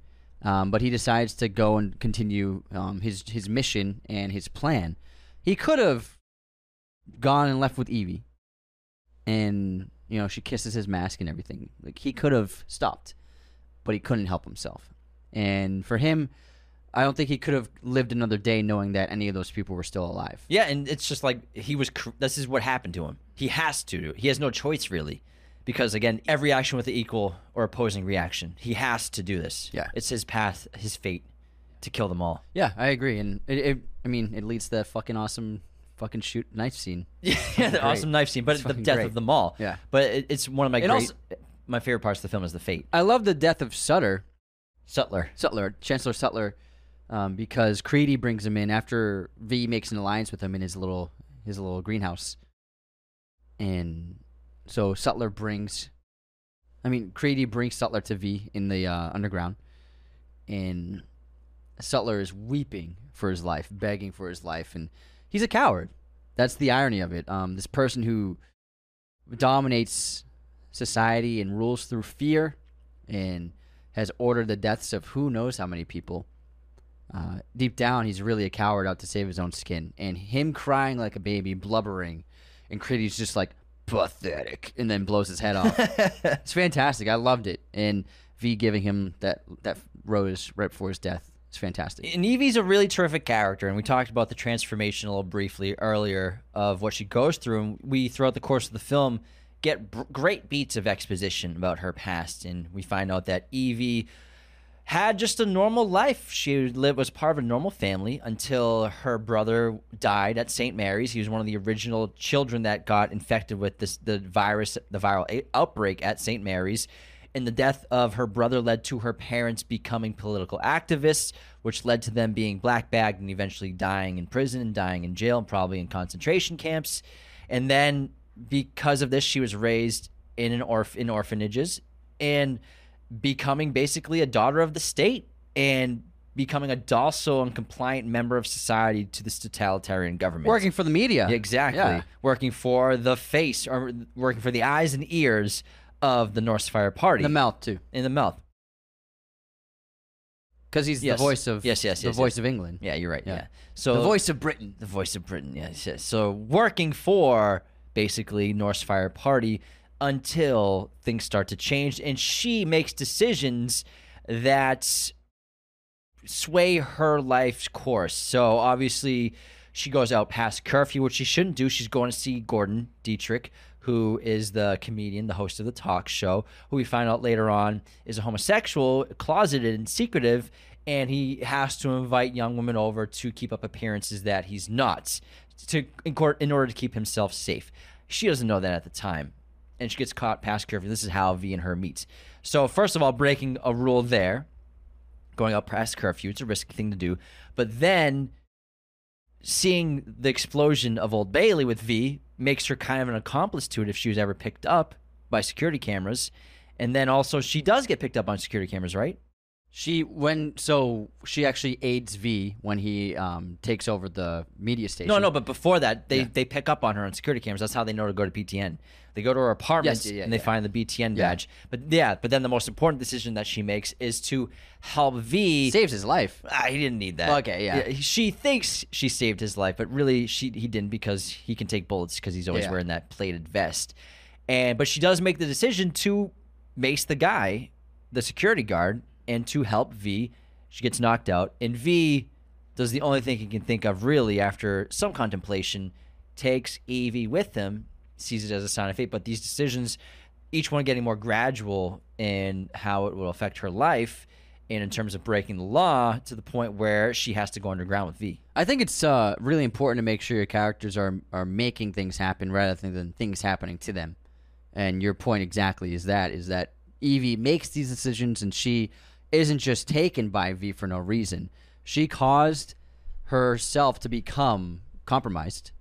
um, but he decides to go and continue um, his his mission and his plan. He could have gone and left with Evie, and you know she kisses his mask and everything. Like he could have stopped, but he couldn't help himself. And for him, I don't think he could have lived another day knowing that any of those people were still alive.
Yeah, and it's just like he was. cr- This is what happened to him. He has to. He has no choice really, because again, every action with the equal or opposing reaction. He has to do this.
Yeah.
it's his path, his fate, to kill them all.
Yeah, I agree, and it, it I mean it leads to that fucking awesome fucking shoot knife scene.
[LAUGHS] Yeah, the awesome knife scene, but
It's
the
fucking
death
great.
of them all.
Yeah.
but it, it's one of my
And
great,
also-
my favorite parts of the film is the fate.
I love the death of Sutter,
Sutler.
Sutler, Chancellor Sutler, um, because Creedy brings him in after V makes an alliance with him in his little his little greenhouse, and so Sutler brings, I mean Creedy brings Sutler to V in the uh, underground, and Sutler is weeping for his life, begging for his life, and he's a coward. That's the irony of it. Um, this person who dominates society and rules through fear and has ordered the deaths of who knows how many people. Uh, deep down, he's really a coward out to save his own skin. And him crying like a baby, blubbering, and Creedy's just like, pathetic, and then blows his head off. it's fantastic. I loved it. And V giving him that, that rose right before his death. It's fantastic.
And Evie's a really terrific character, and we talked about the transformation a little briefly earlier of what she goes through. And we, throughout the course of the film, get br- great beats of exposition about her past, and we find out that Evie had just a normal life. She lived, was part of a normal family until her brother died at St. Mary's. He was one of the original children that got infected with this the virus, the viral a- outbreak at St. Mary's. And the death of her brother led to her parents becoming political activists, which led to them being black bagged and eventually dying in prison and dying in jail and probably in concentration camps. And then because of this, she was raised in an orph in orphanages and becoming basically a daughter of the state and becoming a docile and compliant member of society to this totalitarian government.
Working for the media.
exactly,
Yeah.
working for the face or working for the eyes and ears of the Northfire Party
The mouth, too.
in the mouth.
Because he's
Yes.
the voice of
Yes, yes,
the
yes,
voice
yes.
of England.
Yeah, you're right. Yeah.
Yeah.
So
the voice of Britain.
the voice of Britain. Yes, yes. So working for basically Northfire Party until things start to change, and she makes decisions that sway her life's course. So obviously, she goes out past curfew, which she shouldn't do. She's going to see Gordon Dietrich, who is the comedian, the host of the talk show, who we find out later on is a homosexual, closeted and secretive, and he has to invite young women over to keep up appearances that he's not, to in, court, in order to keep himself safe. She doesn't know that at the time and she gets caught past curfew. This is how V and her meet. So first of all, breaking a rule there, going out past curfew, it's a risky thing to do. But then seeing the explosion of Old Bailey with V makes her kind of an accomplice to it if she was ever picked up by security cameras. And then also, she does get picked up on security cameras, right?
She when so she actually aids V when he um, takes over the media station.
No, no, but before that, they, they pick up on her on security cameras. That's how they know to go to PTN. They go to her apartment
Yes, yeah, yeah,
and they
yeah.
find the BTN
Yeah.
badge. But yeah, but then the most important decision that she makes is to help V.
he saves his life.
Ah, he didn't need that.
Okay, yeah.
She thinks she saved his life, but really she he didn't because he can take bullets because he's always
Yeah.
wearing that plated vest. And but she does make the decision to mace the guy, the security guard, and to help V. She gets knocked out, and V does the only thing he can think of really after some contemplation, takes Evie with him, sees it as a sign of fate. But these decisions, each one getting more gradual in how it will affect her life and in terms of breaking the law to the point where she has to go underground with V.
I think it's uh, really important to make sure your characters are are making things happen rather than than things happening to them. And your point exactly is that is that Evie makes these decisions and she isn't just taken by V for no reason. She caused herself to become compromised.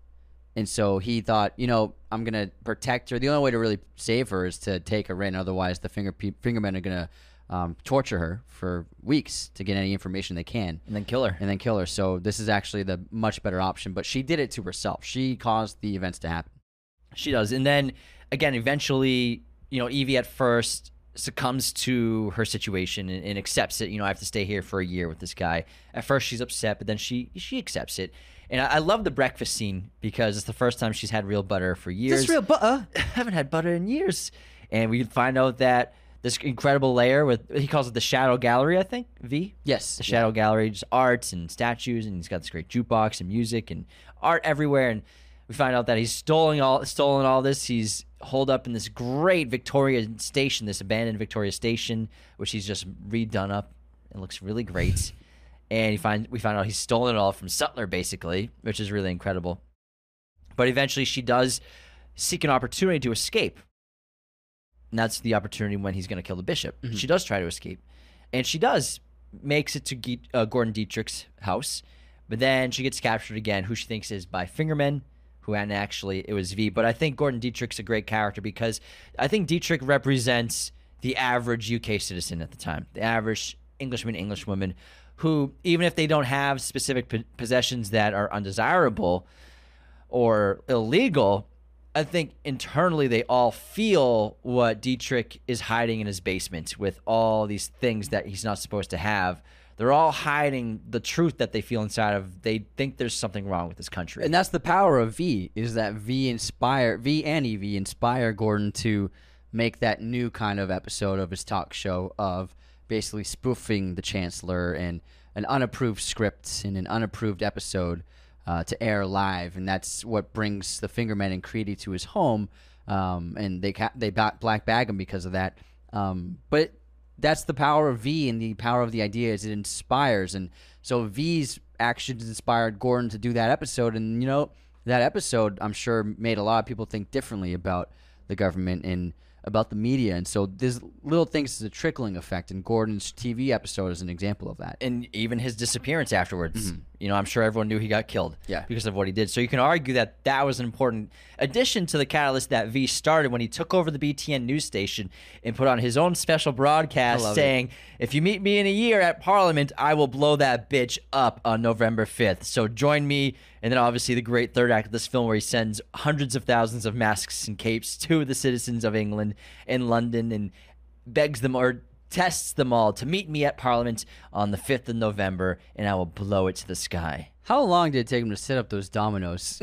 And so he thought, you know, I'm gonna protect her. The only way to really save her is to take her in. Otherwise, the finger pe- fingermen are gonna um, torture her for weeks to get any information they can
And then kill her.
and then kill her. So this is actually the much better option. But she did it to herself. She caused the events to happen.
She does. And then again, eventually, you know, Evie at first succumbs to her situation and, and accepts it. You know, I have to stay here for a year with this guy. At first she's upset, but then she she accepts it. And I, I love the breakfast scene because it's the first time she's had real butter for years.
butter.
[LAUGHS] I haven't had butter in years. And we find out that this incredible layer with he calls it the shadow gallery, I think. V.
Yes.
the shadow gallery, just arts and statues, and he's got this great jukebox and music and art everywhere. And we find out that he's stolen all stolen all this. He's holed up in this great Victoria station, this abandoned Victoria station, which he's just redone up. It looks really great. and he find we find out he's stolen it all from Sutler, basically, which is really incredible. But eventually, she does seek an opportunity to escape. And that's the opportunity when he's going to kill the bishop. She does try to escape. And she does, makes it to Ge- uh, Gordon Dietrich's house. But then she gets captured again, who she thinks is by Fingerman, who and actually it was V. But I think Gordon Dietrich's a great character because I think Dietrich represents the average UK citizen at the time, the average Englishman, Englishwoman, who, even if they don't have specific po- possessions that are undesirable, or illegal, I think internally they all feel what Dietrich is hiding in his basement with all these things that he's not supposed to have. They're all hiding the truth that they feel inside of. They think there's something wrong with this country.
And that's the power of V is that V inspire V and EV inspire Gordon to make that new kind of episode of his talk show of basically spoofing the chancellor and an unapproved script in an unapproved episode uh, to air live, and that's what brings the Fingerman and Creedy to his home, um, and they ca- they ba- black bag him because of that. Um, but that's the power of V and the power of the idea is it inspires and so V's actions inspired Gordon to do that episode and you know that episode I'm sure made a lot of people think differently about the government and about the media and so there's little things is a trickling effect and Gordon's TV episode is an example of that.
and even his disappearance afterwards. You know, I'm sure everyone knew he got killed
Mm-hmm. Yeah.
because of what he did. So you can argue that that was an important addition to the catalyst that V started when he took over the BTN news station and put on his own special
I
broadcast
love
saying, "If you meet me in a year at Parliament, I will blow that bitch up on November 5th. So join me." And then obviously the great third act of this film where he sends hundreds of thousands of masks and capes to the citizens of England and London and begs them or tests them all to meet me at Parliament on the 5th of November, and I will blow it to the sky.
How long did it take him to set up those dominoes?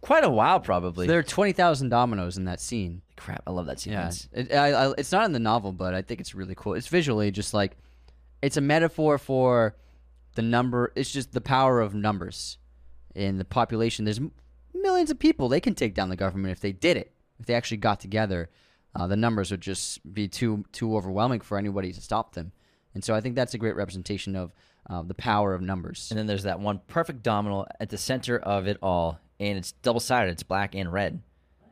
Quite a while,
[LAUGHS]
probably.
there are 20,000 dominoes in that scene.
Crap, I love that
Yeah,
sequence.
it, I, I, it's not in the novel, but I think it's really cool. It's visually just like it's a metaphor for the number. It's just the power of numbers in the population. There's m- millions of people. They can take down the government if they did it. If they actually got together, uh, the numbers would just be too too overwhelming for anybody to stop them. And so I think that's a great representation of uh, the power of numbers.
And then there's that one perfect domino at the center of it all, and it's double sided, it's black and red.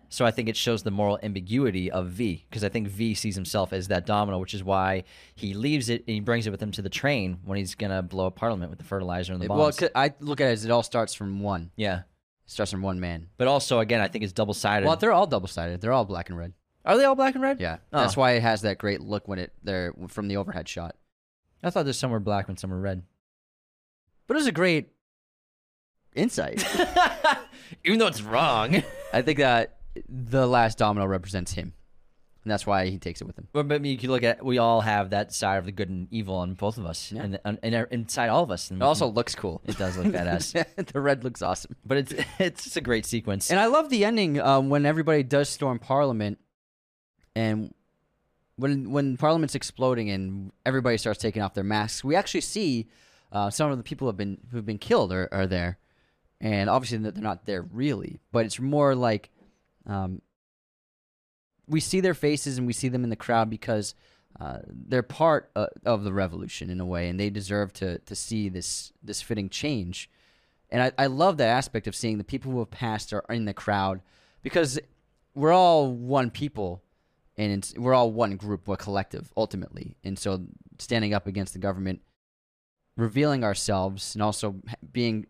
So I think it shows the moral ambiguity of V because I think V sees himself as that domino, which is why he leaves it and he brings it with him to the train when he's gonna blow up Parliament with the fertilizer and the bombs.
Well, 'cause I look at it as it all starts from one.
yeah,
It starts from one man.
but also again, I think it's double sided.
Well, they're all double sided. They're all black and red.
Are they all black and red?
Yeah,
Oh.
that's why it has that great look when it there from the overhead shot.
I thought there's some were black and some were red.
But it was a great [LAUGHS] insight.
Even though it's [LAUGHS] wrong.
I think that the last domino represents him, and that's why he takes it with him.
But but you can look at we all have that side of the good and evil on both of us,
Yeah.
and, and, and inside all of us. And
Mm-hmm. It
we
also
can-
looks cool.
it does look
[LAUGHS]
badass.
the red looks awesome.
but it's [LAUGHS] it's just a great sequence.
And I love the ending um, when everybody does storm Parliament, and when when Parliament's exploding and everybody starts taking off their masks, we actually see uh, some of the people who've been who've been killed are, are there, and obviously they're they're not there really, but it's more like um, we see their faces and we see them in the crowd because uh, they're part uh, of the revolution in a way, and they deserve to to see this this fitting change. And I, I love that aspect of seeing the people who have passed are in the crowd because we're all one people and it's, we're all one group, we're collective ultimately. And so standing up against the government, revealing ourselves, and also ha- being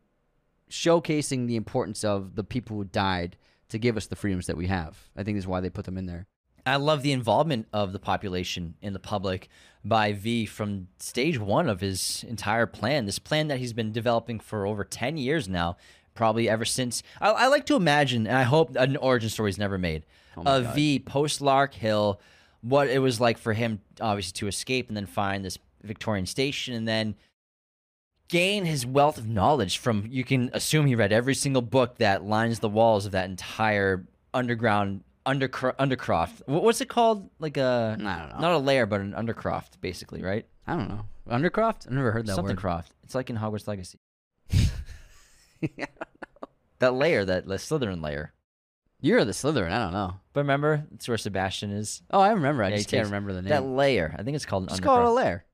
showcasing the importance of the people who died to give us the freedoms that we have. I think is why they put them in there.
I love the involvement of the population in the public by V from stage one of his entire plan. This plan that he's been developing for over 10 years now, probably ever since. I, I like to imagine, and I hope an origin story is never made,
Oh
of V post Lark Hill, what it was like for him, obviously, to escape and then find this Victorian station and then gain his wealth of knowledge from you can assume he read every single book that lines the walls of that entire underground undercro- undercroft Wha- what's it called like a
I don't know.
not a lair but an undercroft basically right
I don't know. Undercroft? I've never heard that
something
word.
croft it's like in hogwarts legacy
[LAUGHS]
that layer that, that slytherin layer
You're the Slytherin. I don't know.
but remember it's where sebastian is
Oh, I remember. I
Yeah, he
just can't
takes-
remember the name.
that layer i think it's called an
just
undercroft
call it a lair.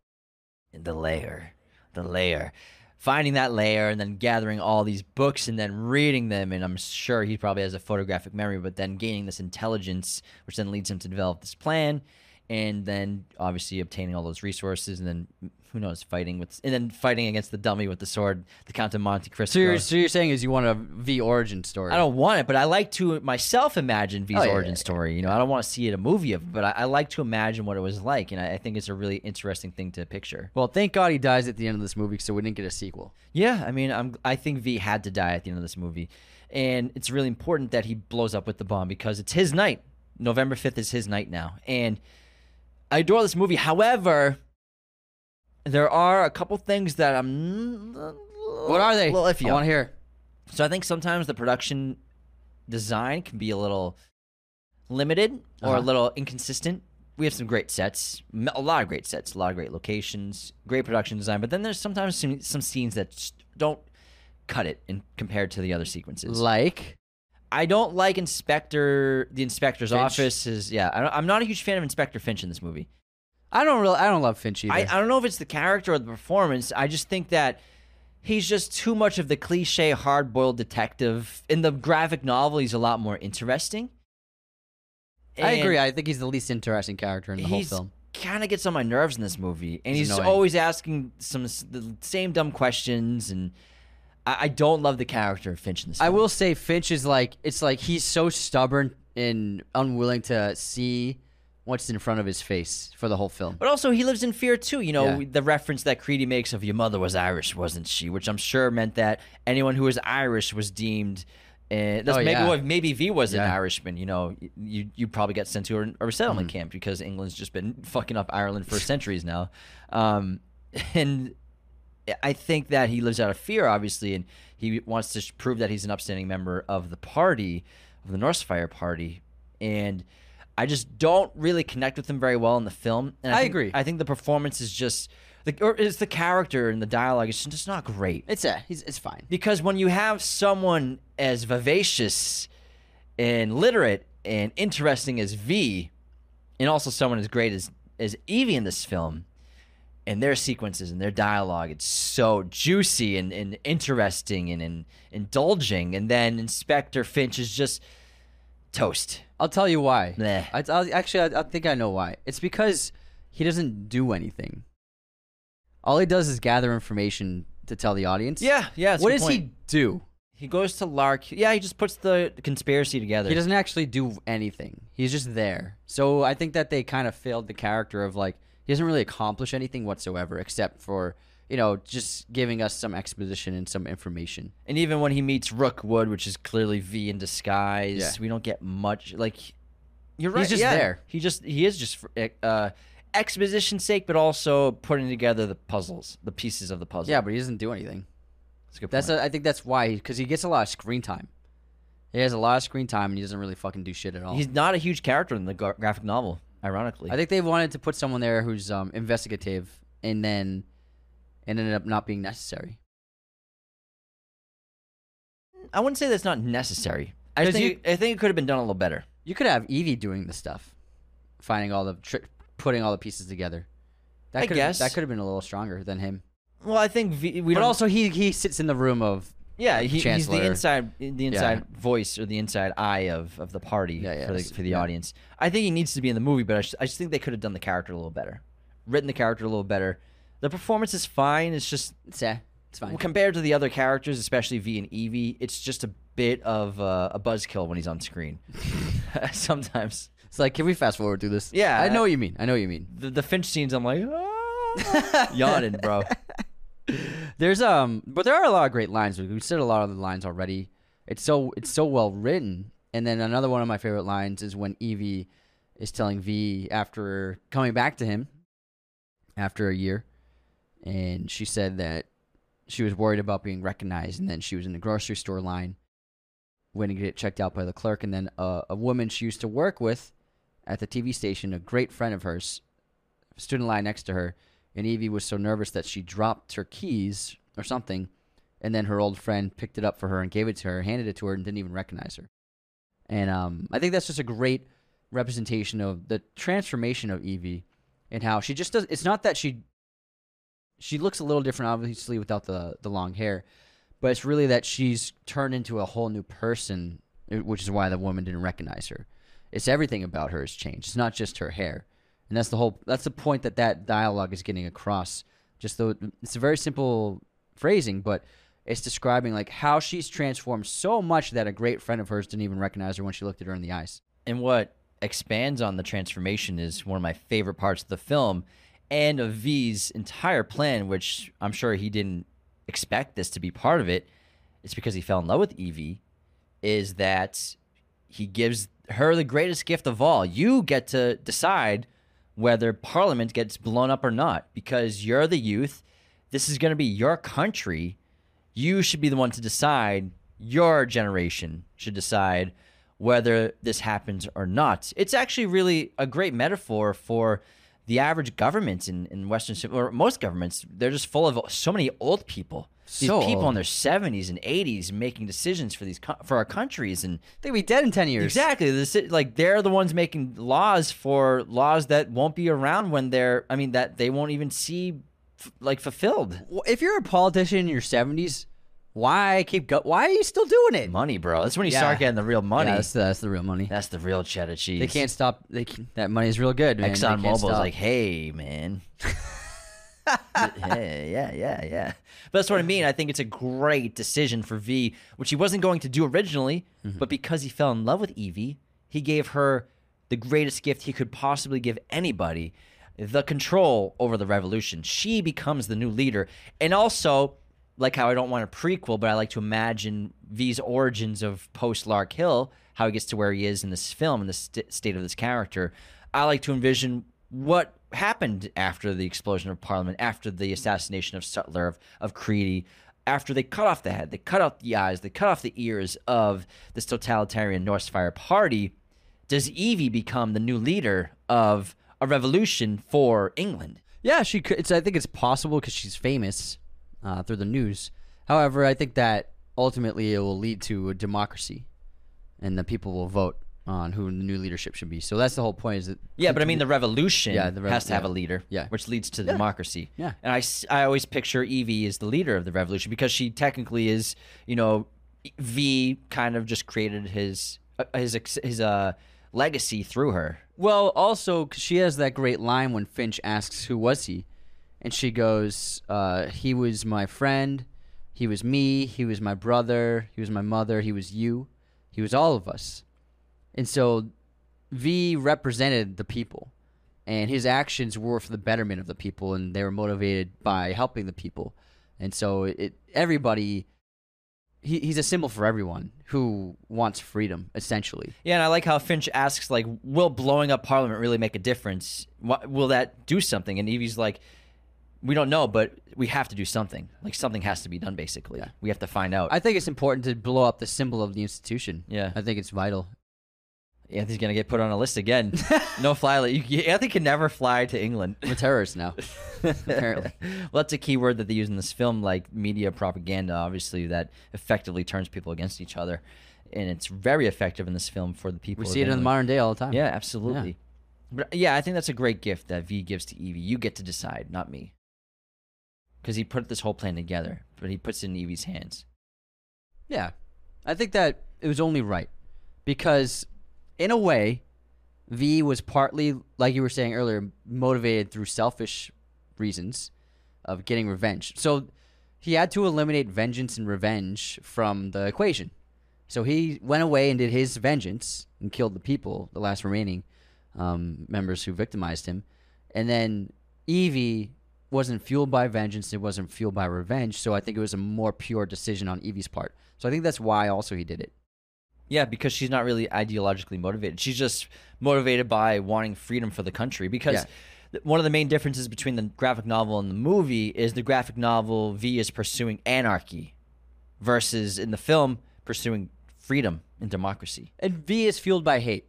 the layer, the layer, finding that layer, and then gathering all these books and then reading them. And I'm sure he probably has a photographic memory, but then gaining this intelligence, which then leads him to develop this plan, and then obviously obtaining all those resources, and then who knows, fighting with, and then fighting against the dummy with the sword, the Count of Monte Cristo.
So you're, so you're saying is you want a V origin story?
I don't want it, but I like to myself imagine V's
Oh, yeah,
origin
yeah, yeah.
story. You know, I don't want to see it a movie of, but I, I like to imagine what it was like, and I, I think it's a really interesting thing to picture.
Well, thank God he dies at the end of this movie, so we didn't get a sequel.
Yeah, I mean, I'm. I think V had to die at the end of this movie, and it's really important that he blows up with the bomb because it's his night. November fifth is his night now, and I adore this movie. However, there are a couple things that I'm.
What are they?
Well, if
I
you
want to hear.
so I think sometimes the production design can be a little limited or
Uh-huh.
a little inconsistent. We have some great sets, m- a lot of great sets, a lot of great locations, great production design, but then there's sometimes some, some scenes that just don't cut it in compared to the other sequences.
Like,
I don't like Inspector the Inspector's
Finch?
office is yeah, I don't, I'm not a huge fan of Inspector Finch in this movie.
I don't really, I don't love Finch either.
I, I don't know if it's the character or the performance. I just think that he's just too much of the cliche hard boiled detective. In the graphic novel, he's a lot more interesting.
I
And
agree. I think he's the least interesting character in the whole
he's
film.
kind of gets on my nerves in this movie, and
He's
he's,
annoying.
always asking some s- the same dumb questions, and I, I don't love the character of Finch in this.
I
film.
will say Finch is like, it's like he's so stubborn and unwilling to see what's in front of his face for the whole film.
But also, he lives in fear too. You know
Yeah.
the reference that Creedy makes of your mother was Irish, wasn't she? Which I'm sure meant that anyone who was Irish was deemed. Uh, that's
Oh,
maybe
yeah.
what maybe V was an
Yeah.
Irishman. You know, Y- you you probably got sent to a, a resettlement
Mm-hmm.
camp because England's just been fucking up Ireland for centuries now, um, [LAUGHS] and I think that he lives out of fear, obviously, and he wants to sh- prove that he's an upstanding member of the party, of the Northfire Party. And I just don't really connect with him very well in the film. And
I
think-
agree.
I think the performance is just, the, or it's the character and the dialogue is just not great.
It's a, he's, it's fine.
Because when you have someone as vivacious and literate and interesting as V, and also someone as great as, as Evie in this film, and their sequences and their dialogue, it's so juicy and, and interesting and, and indulging. And then Inspector Finch is just Toast.
I'll tell you why.
Bleh.
I, I'll, actually, I, I think I know why. It's because he doesn't do anything. All he does is gather information to tell the audience.
Yeah, yeah.
What does he do?
he? He goes to Lark. Yeah, he just puts the conspiracy together.
He doesn't actually do anything. He's just there. So I think that they kind of failed the character of like he doesn't really accomplish anything whatsoever except for you know just giving us some exposition and some information.
And even when he meets Rookwood, which is clearly V in disguise,
Yeah.
we don't get much. Like, you're right.
He's just
yeah.
there.
He just he is just for uh, exposition's sake, but also putting together the puzzles, the pieces of the puzzle.
Yeah, but he doesn't do anything.
that's a good
That's
point.
a, I think that's why because he gets a lot of screen time. He has a lot of screen time and he doesn't really fucking do shit at all.
He's not a huge character in the gra- graphic novel, ironically.
I think they wanted to put someone there who's um, investigative and then it ended up not being necessary.
I wouldn't say that's not necessary. I just
'Cause
think I think it could have been done a little better.
You could have Evie doing the stuff, finding all the tri- putting all the pieces together. That
I
could
guess.
that could have been a little stronger than him.
Well, I think v, we
but
don't-
also, he he sits in the room of
yeah he, he's the
Chancellor.
inside the inside voice or the inside eye of, of the party
Yeah, yeah,
for the,
that's-
for the
yeah.
audience. I think he needs to be in the movie, but I, just- I just think they could have done the character a little better, written the character a little better. The performance is fine. It's just
it's, eh, it's fine.
compared to the other characters, especially V and Evie, it's just a bit of uh, a buzzkill when he's on screen. [LAUGHS] Sometimes
It's like, can we fast forward through this?
Yeah.
I know what you mean. I know what you mean.
the, the Finch scenes, I'm like
[LAUGHS]
"Ah," yawning, bro.
There's um, but there are a lot of great lines. We- We've said a lot of the lines already. It's so it's so well written. And then another one of my favorite lines is when Evie is telling V after coming back to him after a year, and she said that she was worried about being recognized, and then she was in the grocery store line waiting to get checked out by the clerk, and then uh, a woman she used to work with at the TV station, a great friend of hers, stood in line next to her, and Evie was so nervous that she dropped her keys or something, and then her old friend picked it up for her and gave it to her, handed it to her, and didn't even recognize her. And um, I think that's just a great representation of the transformation of Evie and how she just does. It's not that she she looks a little different, obviously, without the the long hair, but it's really that she's turned into a whole new person, eh, which is why the woman didn't recognize her. It's everything about her has changed. It's not just her hair, and that's the whole. That's the point that that dialogue is getting across. Just though, it's a very simple phrasing, but it's describing like how she's transformed so much that a great friend of hers didn't even recognize her when she looked at her in the eyes.
and what expands on the transformation is one of my favorite parts of the film and of V's entire plan, which I'm sure he didn't expect this to be part of it. It's because he fell in love with Evie, is that he gives her the greatest gift of all. You get to decide whether Parliament gets blown up or not because you're the youth. This is going to be your country. You should be the one to decide. Your generation should decide whether this happens or not. It's actually really a great metaphor for the average governments in, in Western, civ- or most governments. They're just full of so many old people. These
So
people
old.
in their 70s and 80s making decisions for these co- for our countries and
They'd be dead in ten years.
Exactly. The ci- like they're the ones making laws for laws that won't be around when they're. I mean, that they won't even see f- like fulfilled.
Well, If you're a politician in your seventies, why keep go? Why are you still doing it?
Money, bro. That's when you
Yeah.
start getting the real money.
Yeah, that's
that's,
the, that's the real money.
the real cheddar cheese.
They can't stop. They can, that money is real good. Man. They
Exxon
can't
Mobil's
stop.
like, hey,
[LAUGHS]
man. hey, yeah, yeah, yeah. But that's what I mean. I think it's a great decision for V, which he wasn't going to do originally,
Mm-hmm.
but because he fell in love with Evie, he gave her the greatest gift he could possibly give anybody the control over the revolution. She becomes the new leader. And also, like how I don't want a prequel, but I like to imagine V's origins of post Lark Hill, how he gets to where he is in this film and the st- state of this character. I like to envision what happened after the explosion of Parliament, after the assassination of Sutler, of, of Creedy, after they cut off the head, they cut off the eyes, they cut off the ears of this totalitarian Northfire party. Does Evie become the new leader of a revolution for England?
yeah, she could. It's, I think it's possible because she's famous uh, through the news. However, I think that ultimately it will lead to a democracy, and the people will vote on who the new leadership should be. So that's the whole point. Is that
Yeah, but I mean the revolution
Yeah, the rev-
has to have
yeah.
a leader,
Yeah.
which leads to democracy.
Yeah.
and I, s- I always picture Evie as the leader of the revolution because she technically is, you know, V kind of just created his uh, his ex- his uh legacy through her.
Well, also 'cause she has that great line when Finch asks, "Who was he?" and she goes, uh, "He was my friend. He was me. He was my brother. He was my mother. He was you. He was all of us." And so, V represented the people, and his actions were for the betterment of the people, and they were motivated by helping the people. And so, it everybody. He, he's a symbol for everyone who wants freedom, essentially.
Yeah, and I like how Finch asks, like, will blowing up Parliament really make a difference? What, will that do something? And Evie's like, we don't know, but we have to do something. Like, something has to be done, basically. We have to find out.
I think it's important to blow up the symbol of the institution.
Yeah.
I think it's vital.
Anthony's going to get put on a
[LAUGHS]
list again. no fly. li- You, Anthony can never fly to England.
We're terrorists
[LAUGHS]
now, [LAUGHS] apparently.
well, that's a key word that they use in this film, like media propaganda, obviously, that effectively turns people against each other. And it's very effective in this film for the people.
We
of
see it in the
England.
modern day all the time.
Yeah, absolutely. But uh, yeah, I think that's a great gift that V gives to Evie. You get to decide, not me. Because he put this whole plan together, but he puts it in Evie's hands.
Yeah. I think that it was only right because, in a way, V was partly, like you were saying earlier, motivated through selfish reasons of getting revenge. So he had to eliminate vengeance and revenge from the equation. So he went away and did his vengeance and killed the people, the last remaining um, members who victimized him. And then Evie wasn't fueled by vengeance, it wasn't fueled by revenge. So I think it was a more pure decision on Evie's part. So I think that's why also he did it.
Yeah, because she's not really ideologically motivated. She's just motivated by wanting freedom for the country. Because
Yeah.
th- one of the main differences between the graphic novel and the movie is the graphic novel V is pursuing anarchy versus in the film pursuing freedom and democracy.
And V is fueled by hate.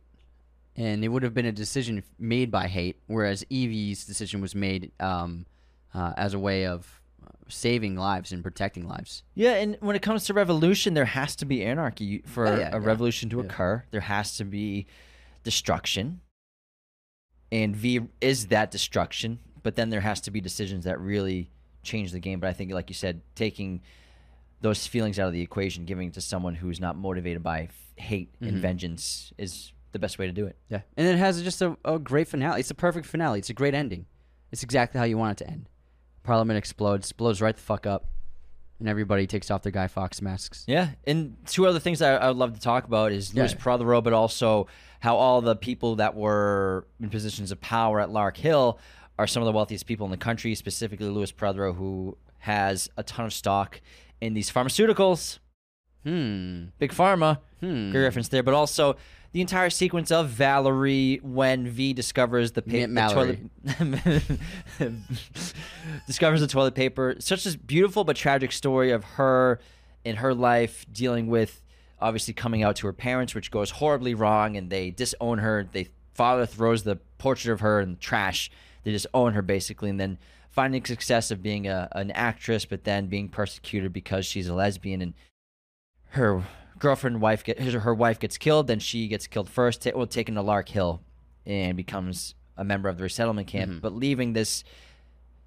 And it would have been a decision made by hate, whereas Evie's decision was made um, uh, as a way of uh, saving lives and protecting lives.
Yeah, and when it comes to revolution, there has to be anarchy You- for
Oh, yeah,
a
yeah.
revolution to occur. There has to be destruction, and V is that destruction. But then there has to be decisions that really change the game. But I think, like you said, taking those feelings out of the equation, giving it to someone who's not motivated by f- hate
Mm-hmm.
and vengeance, is the best way to do it.
Yeah. And it has just a, a great finale. It's a perfect finale. It's a great ending. It's exactly how you want it to end. Parliament explodes, blows right the fuck up, and everybody takes off their Guy Fox masks.
Yeah, and two other things that I, I would love to talk about is Louis
Yeah.
Prothero, but also how all the people that were in positions of power at Lark Hill are some of the wealthiest people in the country, specifically Louis Prothero, who has a ton of stock in these pharmaceuticals,
Hmm.
big pharma.
Hmm.
Great reference there, but also the entire sequence of Valerie when V discovers the, pa-
Mint
the toilet [LAUGHS] discovers the toilet paper. Such a beautiful but tragic story of her in her life dealing with obviously coming out to her parents, which goes horribly wrong, and they disown her. They father throws the portrait of her in the trash. They disown her basically, and then finding success of being a, an actress, but then being persecuted because she's a lesbian and her girlfriend wife get his, her wife gets killed then she gets killed first ta- well taken to lark hill and becomes a member of the resettlement camp but leaving this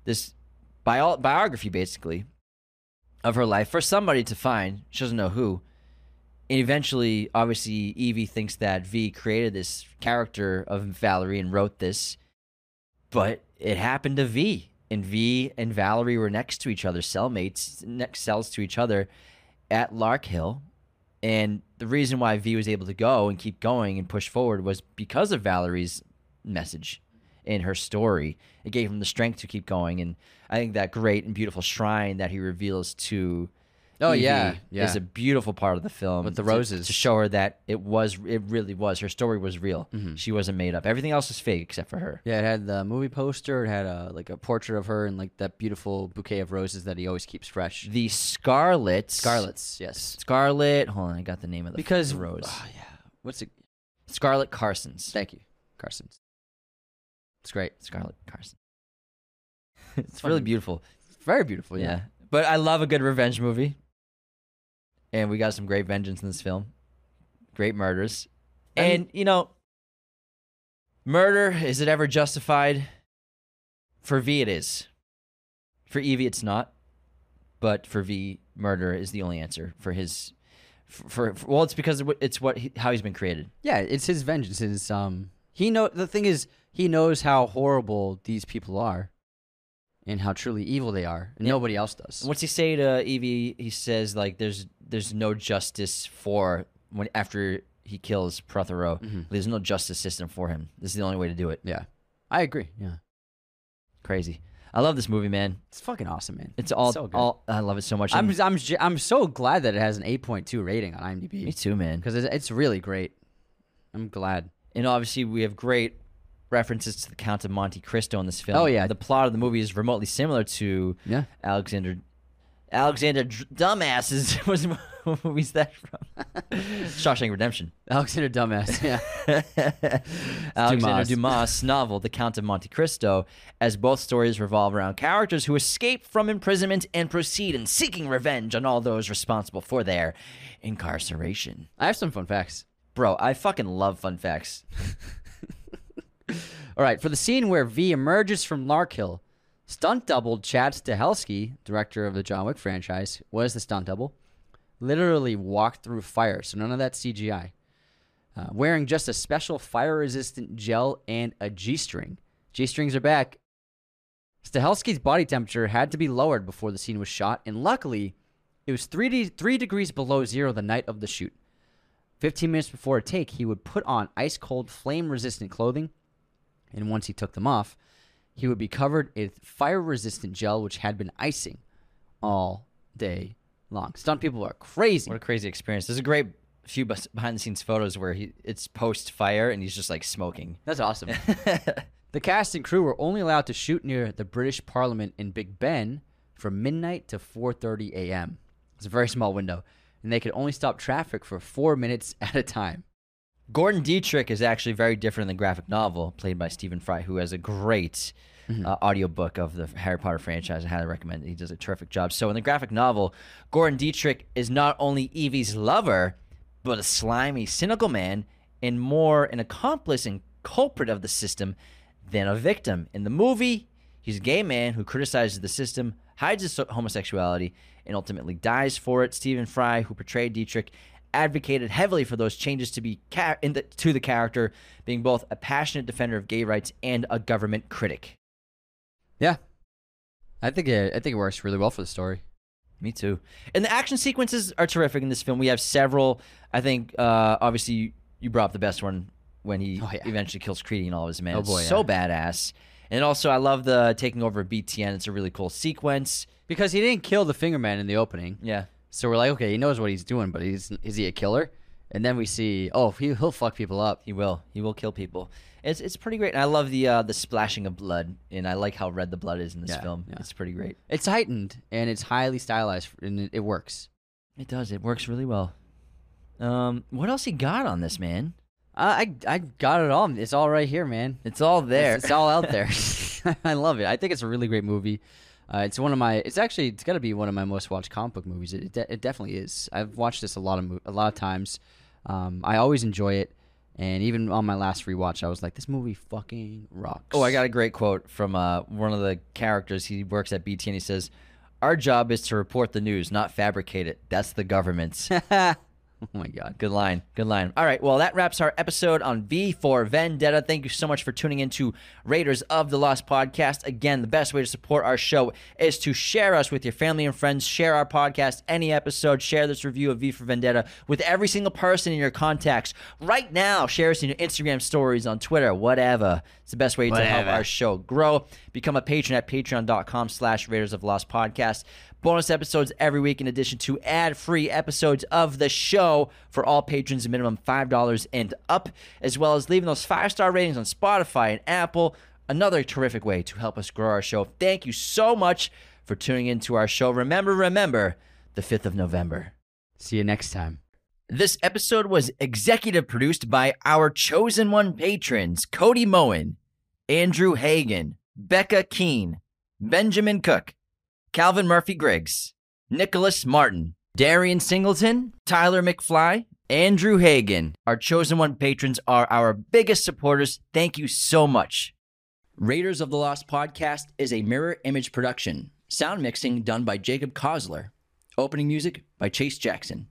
this bio- biography basically of her life for somebody to find she doesn't know who and eventually obviously evie thinks that v created this character of valerie and wrote this but it happened to V. And V and Valerie were next to each other, cellmates, next cells to each other at Lark Hill. And the reason why V was able to go and keep going and push forward was because of Valerie's message and her story. It gave him the strength to keep going. And I think that great and beautiful shrine that he reveals to.
Oh,
Evie
yeah, yeah.
is a beautiful part of the film
With the
to-
roses.
to show her that it was, it really was. Her story was real.
Mm-hmm.
She wasn't made up. Everything else was fake except for her.
Yeah, it had the movie poster. It had a like a portrait of her and like that beautiful bouquet of roses that he always keeps fresh.
the Scarlet.
Scarlets, yes.
Scarlet. Hold on, I got the name of the
Because
rose.
Oh, yeah. What's it?
Scarlet Carson's.
Thank you, Carson. It's great.
Scarlet Carson. [LAUGHS] it's really
funny.
beautiful.
It's very beautiful.
Yeah.
Yeah.
but I love a good revenge movie, and we got some great vengeance in this film. Great murders,
I mean-
and you know, murder is it ever justified? For V, it is. For Evie, it's not. But for V, murder is the only answer for his For, for well, it's because of what- it's what he, how he's been created.
Yeah, it's his vengeance. Is um he know the thing is he knows how horrible these people are, and how truly evil they are, and nobody else does.
And what's he say to Evie? He says like there's there's no justice for when after he kills Prothero.
Mm-hmm.
There's no justice system for him. This is the only way to do it.
Yeah, I agree. Yeah,
Crazy. I love this movie, man.
it's fucking awesome, man.
It's all
so good.
all I love it so much.
I'm
And
I'm j- I'm so glad that it has an 8.2 rating on IMDb.
me too, man.
because it's really great. I'm glad.
And obviously we have great references to the Count of Monte Cristo in this film.
Oh, yeah.
The plot of the movie is remotely similar to
[LAUGHS] Yeah.
Alexander Alexander Dr- Dumbasses [LAUGHS] was what movie's that from?
[LAUGHS]
Shawshank Redemption.
Alexander Dumbass. [LAUGHS] Yeah.
Alexander Dumas. novel, The Count of Monte Cristo, as both stories revolve around characters who escape from imprisonment and proceed in seeking revenge on all those responsible for their incarceration.
I have some fun facts.
Bro, I fucking love fun facts.
All right, for the scene where V emerges from Lark Hill, stunt double Chad Stahelski, director of the John Wick franchise, was the stunt double, literally walked through fire, so none of that CGI. Uh, wearing just a special fire resistant gel and a G string. G strings are back. Stahelski's body temperature had to be lowered before the scene was shot, and luckily, it was three, de- three degrees below zero the night of the shoot. 15 minutes before a take, he would put on ice cold, flame resistant clothing and once he took them off, he would be covered in fire resistant gel, which had been icing all day long. Stunt people are crazy.
What a crazy experience. There's a great few bes- behind the scenes photos where he it's post fire and he's just like smoking.
That's
[LAUGHS]
awesome. the cast and crew were only allowed to shoot near the British Parliament in Big Ben from midnight to 4:30 a.m. It's a very small window, and they could only stop traffic for 4 minutes [LAUGHS] at a time.
Gordon Dietrich is actually very different in the graphic novel, played by Stephen Fry, who has a great uh, audiobook of the Harry Potter franchise. I highly recommend it. He does a terrific job. So, in the graphic novel, Gordon Dietrich is not only Evie's lover, but a slimy, cynical man, and more an accomplice and culprit of the system than a victim. In the movie, he's a gay man who criticizes the system, hides his homosexuality, and ultimately dies for it. Stephen Fry, who portrayed Dietrich, advocated heavily for those changes to be ca- in the, to the character, being both a passionate defender of gay rights and a government critic.
Yeah. I think it, I think it works really well for the story.
Me too. And the action sequences are terrific in this film. We have several. I think uh, obviously you, you brought up the best one when he
Oh, yeah.
eventually kills Creedy and all of his men.
Oh,
It's
boy,
so badass. And also, I love the taking over of BTN. It's a really cool sequence.
Because he didn't kill the finger man in the opening.
Yeah.
So we're like, okay, he knows what he's doing, but he's is he a killer? And then we see, oh, he, he'll fuck people up.
He will. He will kill people. It's it's pretty great. And I love the uh, the splashing of blood, and I like how red the blood is in this
Yeah,
film.
yeah.
It's pretty great.
It's heightened and it's highly stylized, and it, it works.
It does. It works really well. Um, what else he got on this man?
Uh, I I I got it all. It's all right here, man.
It's all there.
It's, it's all out
[LAUGHS]
there. [LAUGHS] I love it. I think it's a really great movie. Uh, it's one of my. It's actually. It's got to be one of my most watched comic book movies. It, it, de- it definitely is. I've watched this a lot of mo- a lot of times. Um, I always enjoy it, and even on my last rewatch, I was like, this movie fucking rocks.
Oh, I got a great quote from uh, one of the characters. He works at BT and he says, Our job is to report the news, not fabricate it. That's the government's.
[LAUGHS] Oh my god.
Good line. Good line. All right. Well, that wraps our episode on V for Vendetta. Thank you so much for tuning in to Raiders of the Lost podcast. Again, the best way to support our show is to share us with your family and friends, share our podcast, any episode, share this review of V for Vendetta with every single person in your contacts right now. Share us in your Instagram stories, on Twitter, whatever. It's the best way to help our show grow. Become a patron at patreon.com slash Raiders of Lost podcast bonus episodes every week in addition to ad-free episodes of the show for all patrons minimum $5 and up as well as leaving those five-star ratings on spotify and apple another terrific way to help us grow our show thank you so much for tuning into our show remember remember the 5th of november
See you next time.
this episode was executive produced by our chosen one patrons Cody Moen, Andrew Hagan, Becca Keene, Benjamin Cook, Calvin Murphy Griggs, Nicholas Martin, Darian Singleton, Tyler McFly, Andrew Hagan. Our chosen one patrons are our biggest supporters. Thank you so much. Raiders of the Lost podcast is a mirror image production. Sound mixing done by Jacob Kosler. Opening music by Chase Jackson.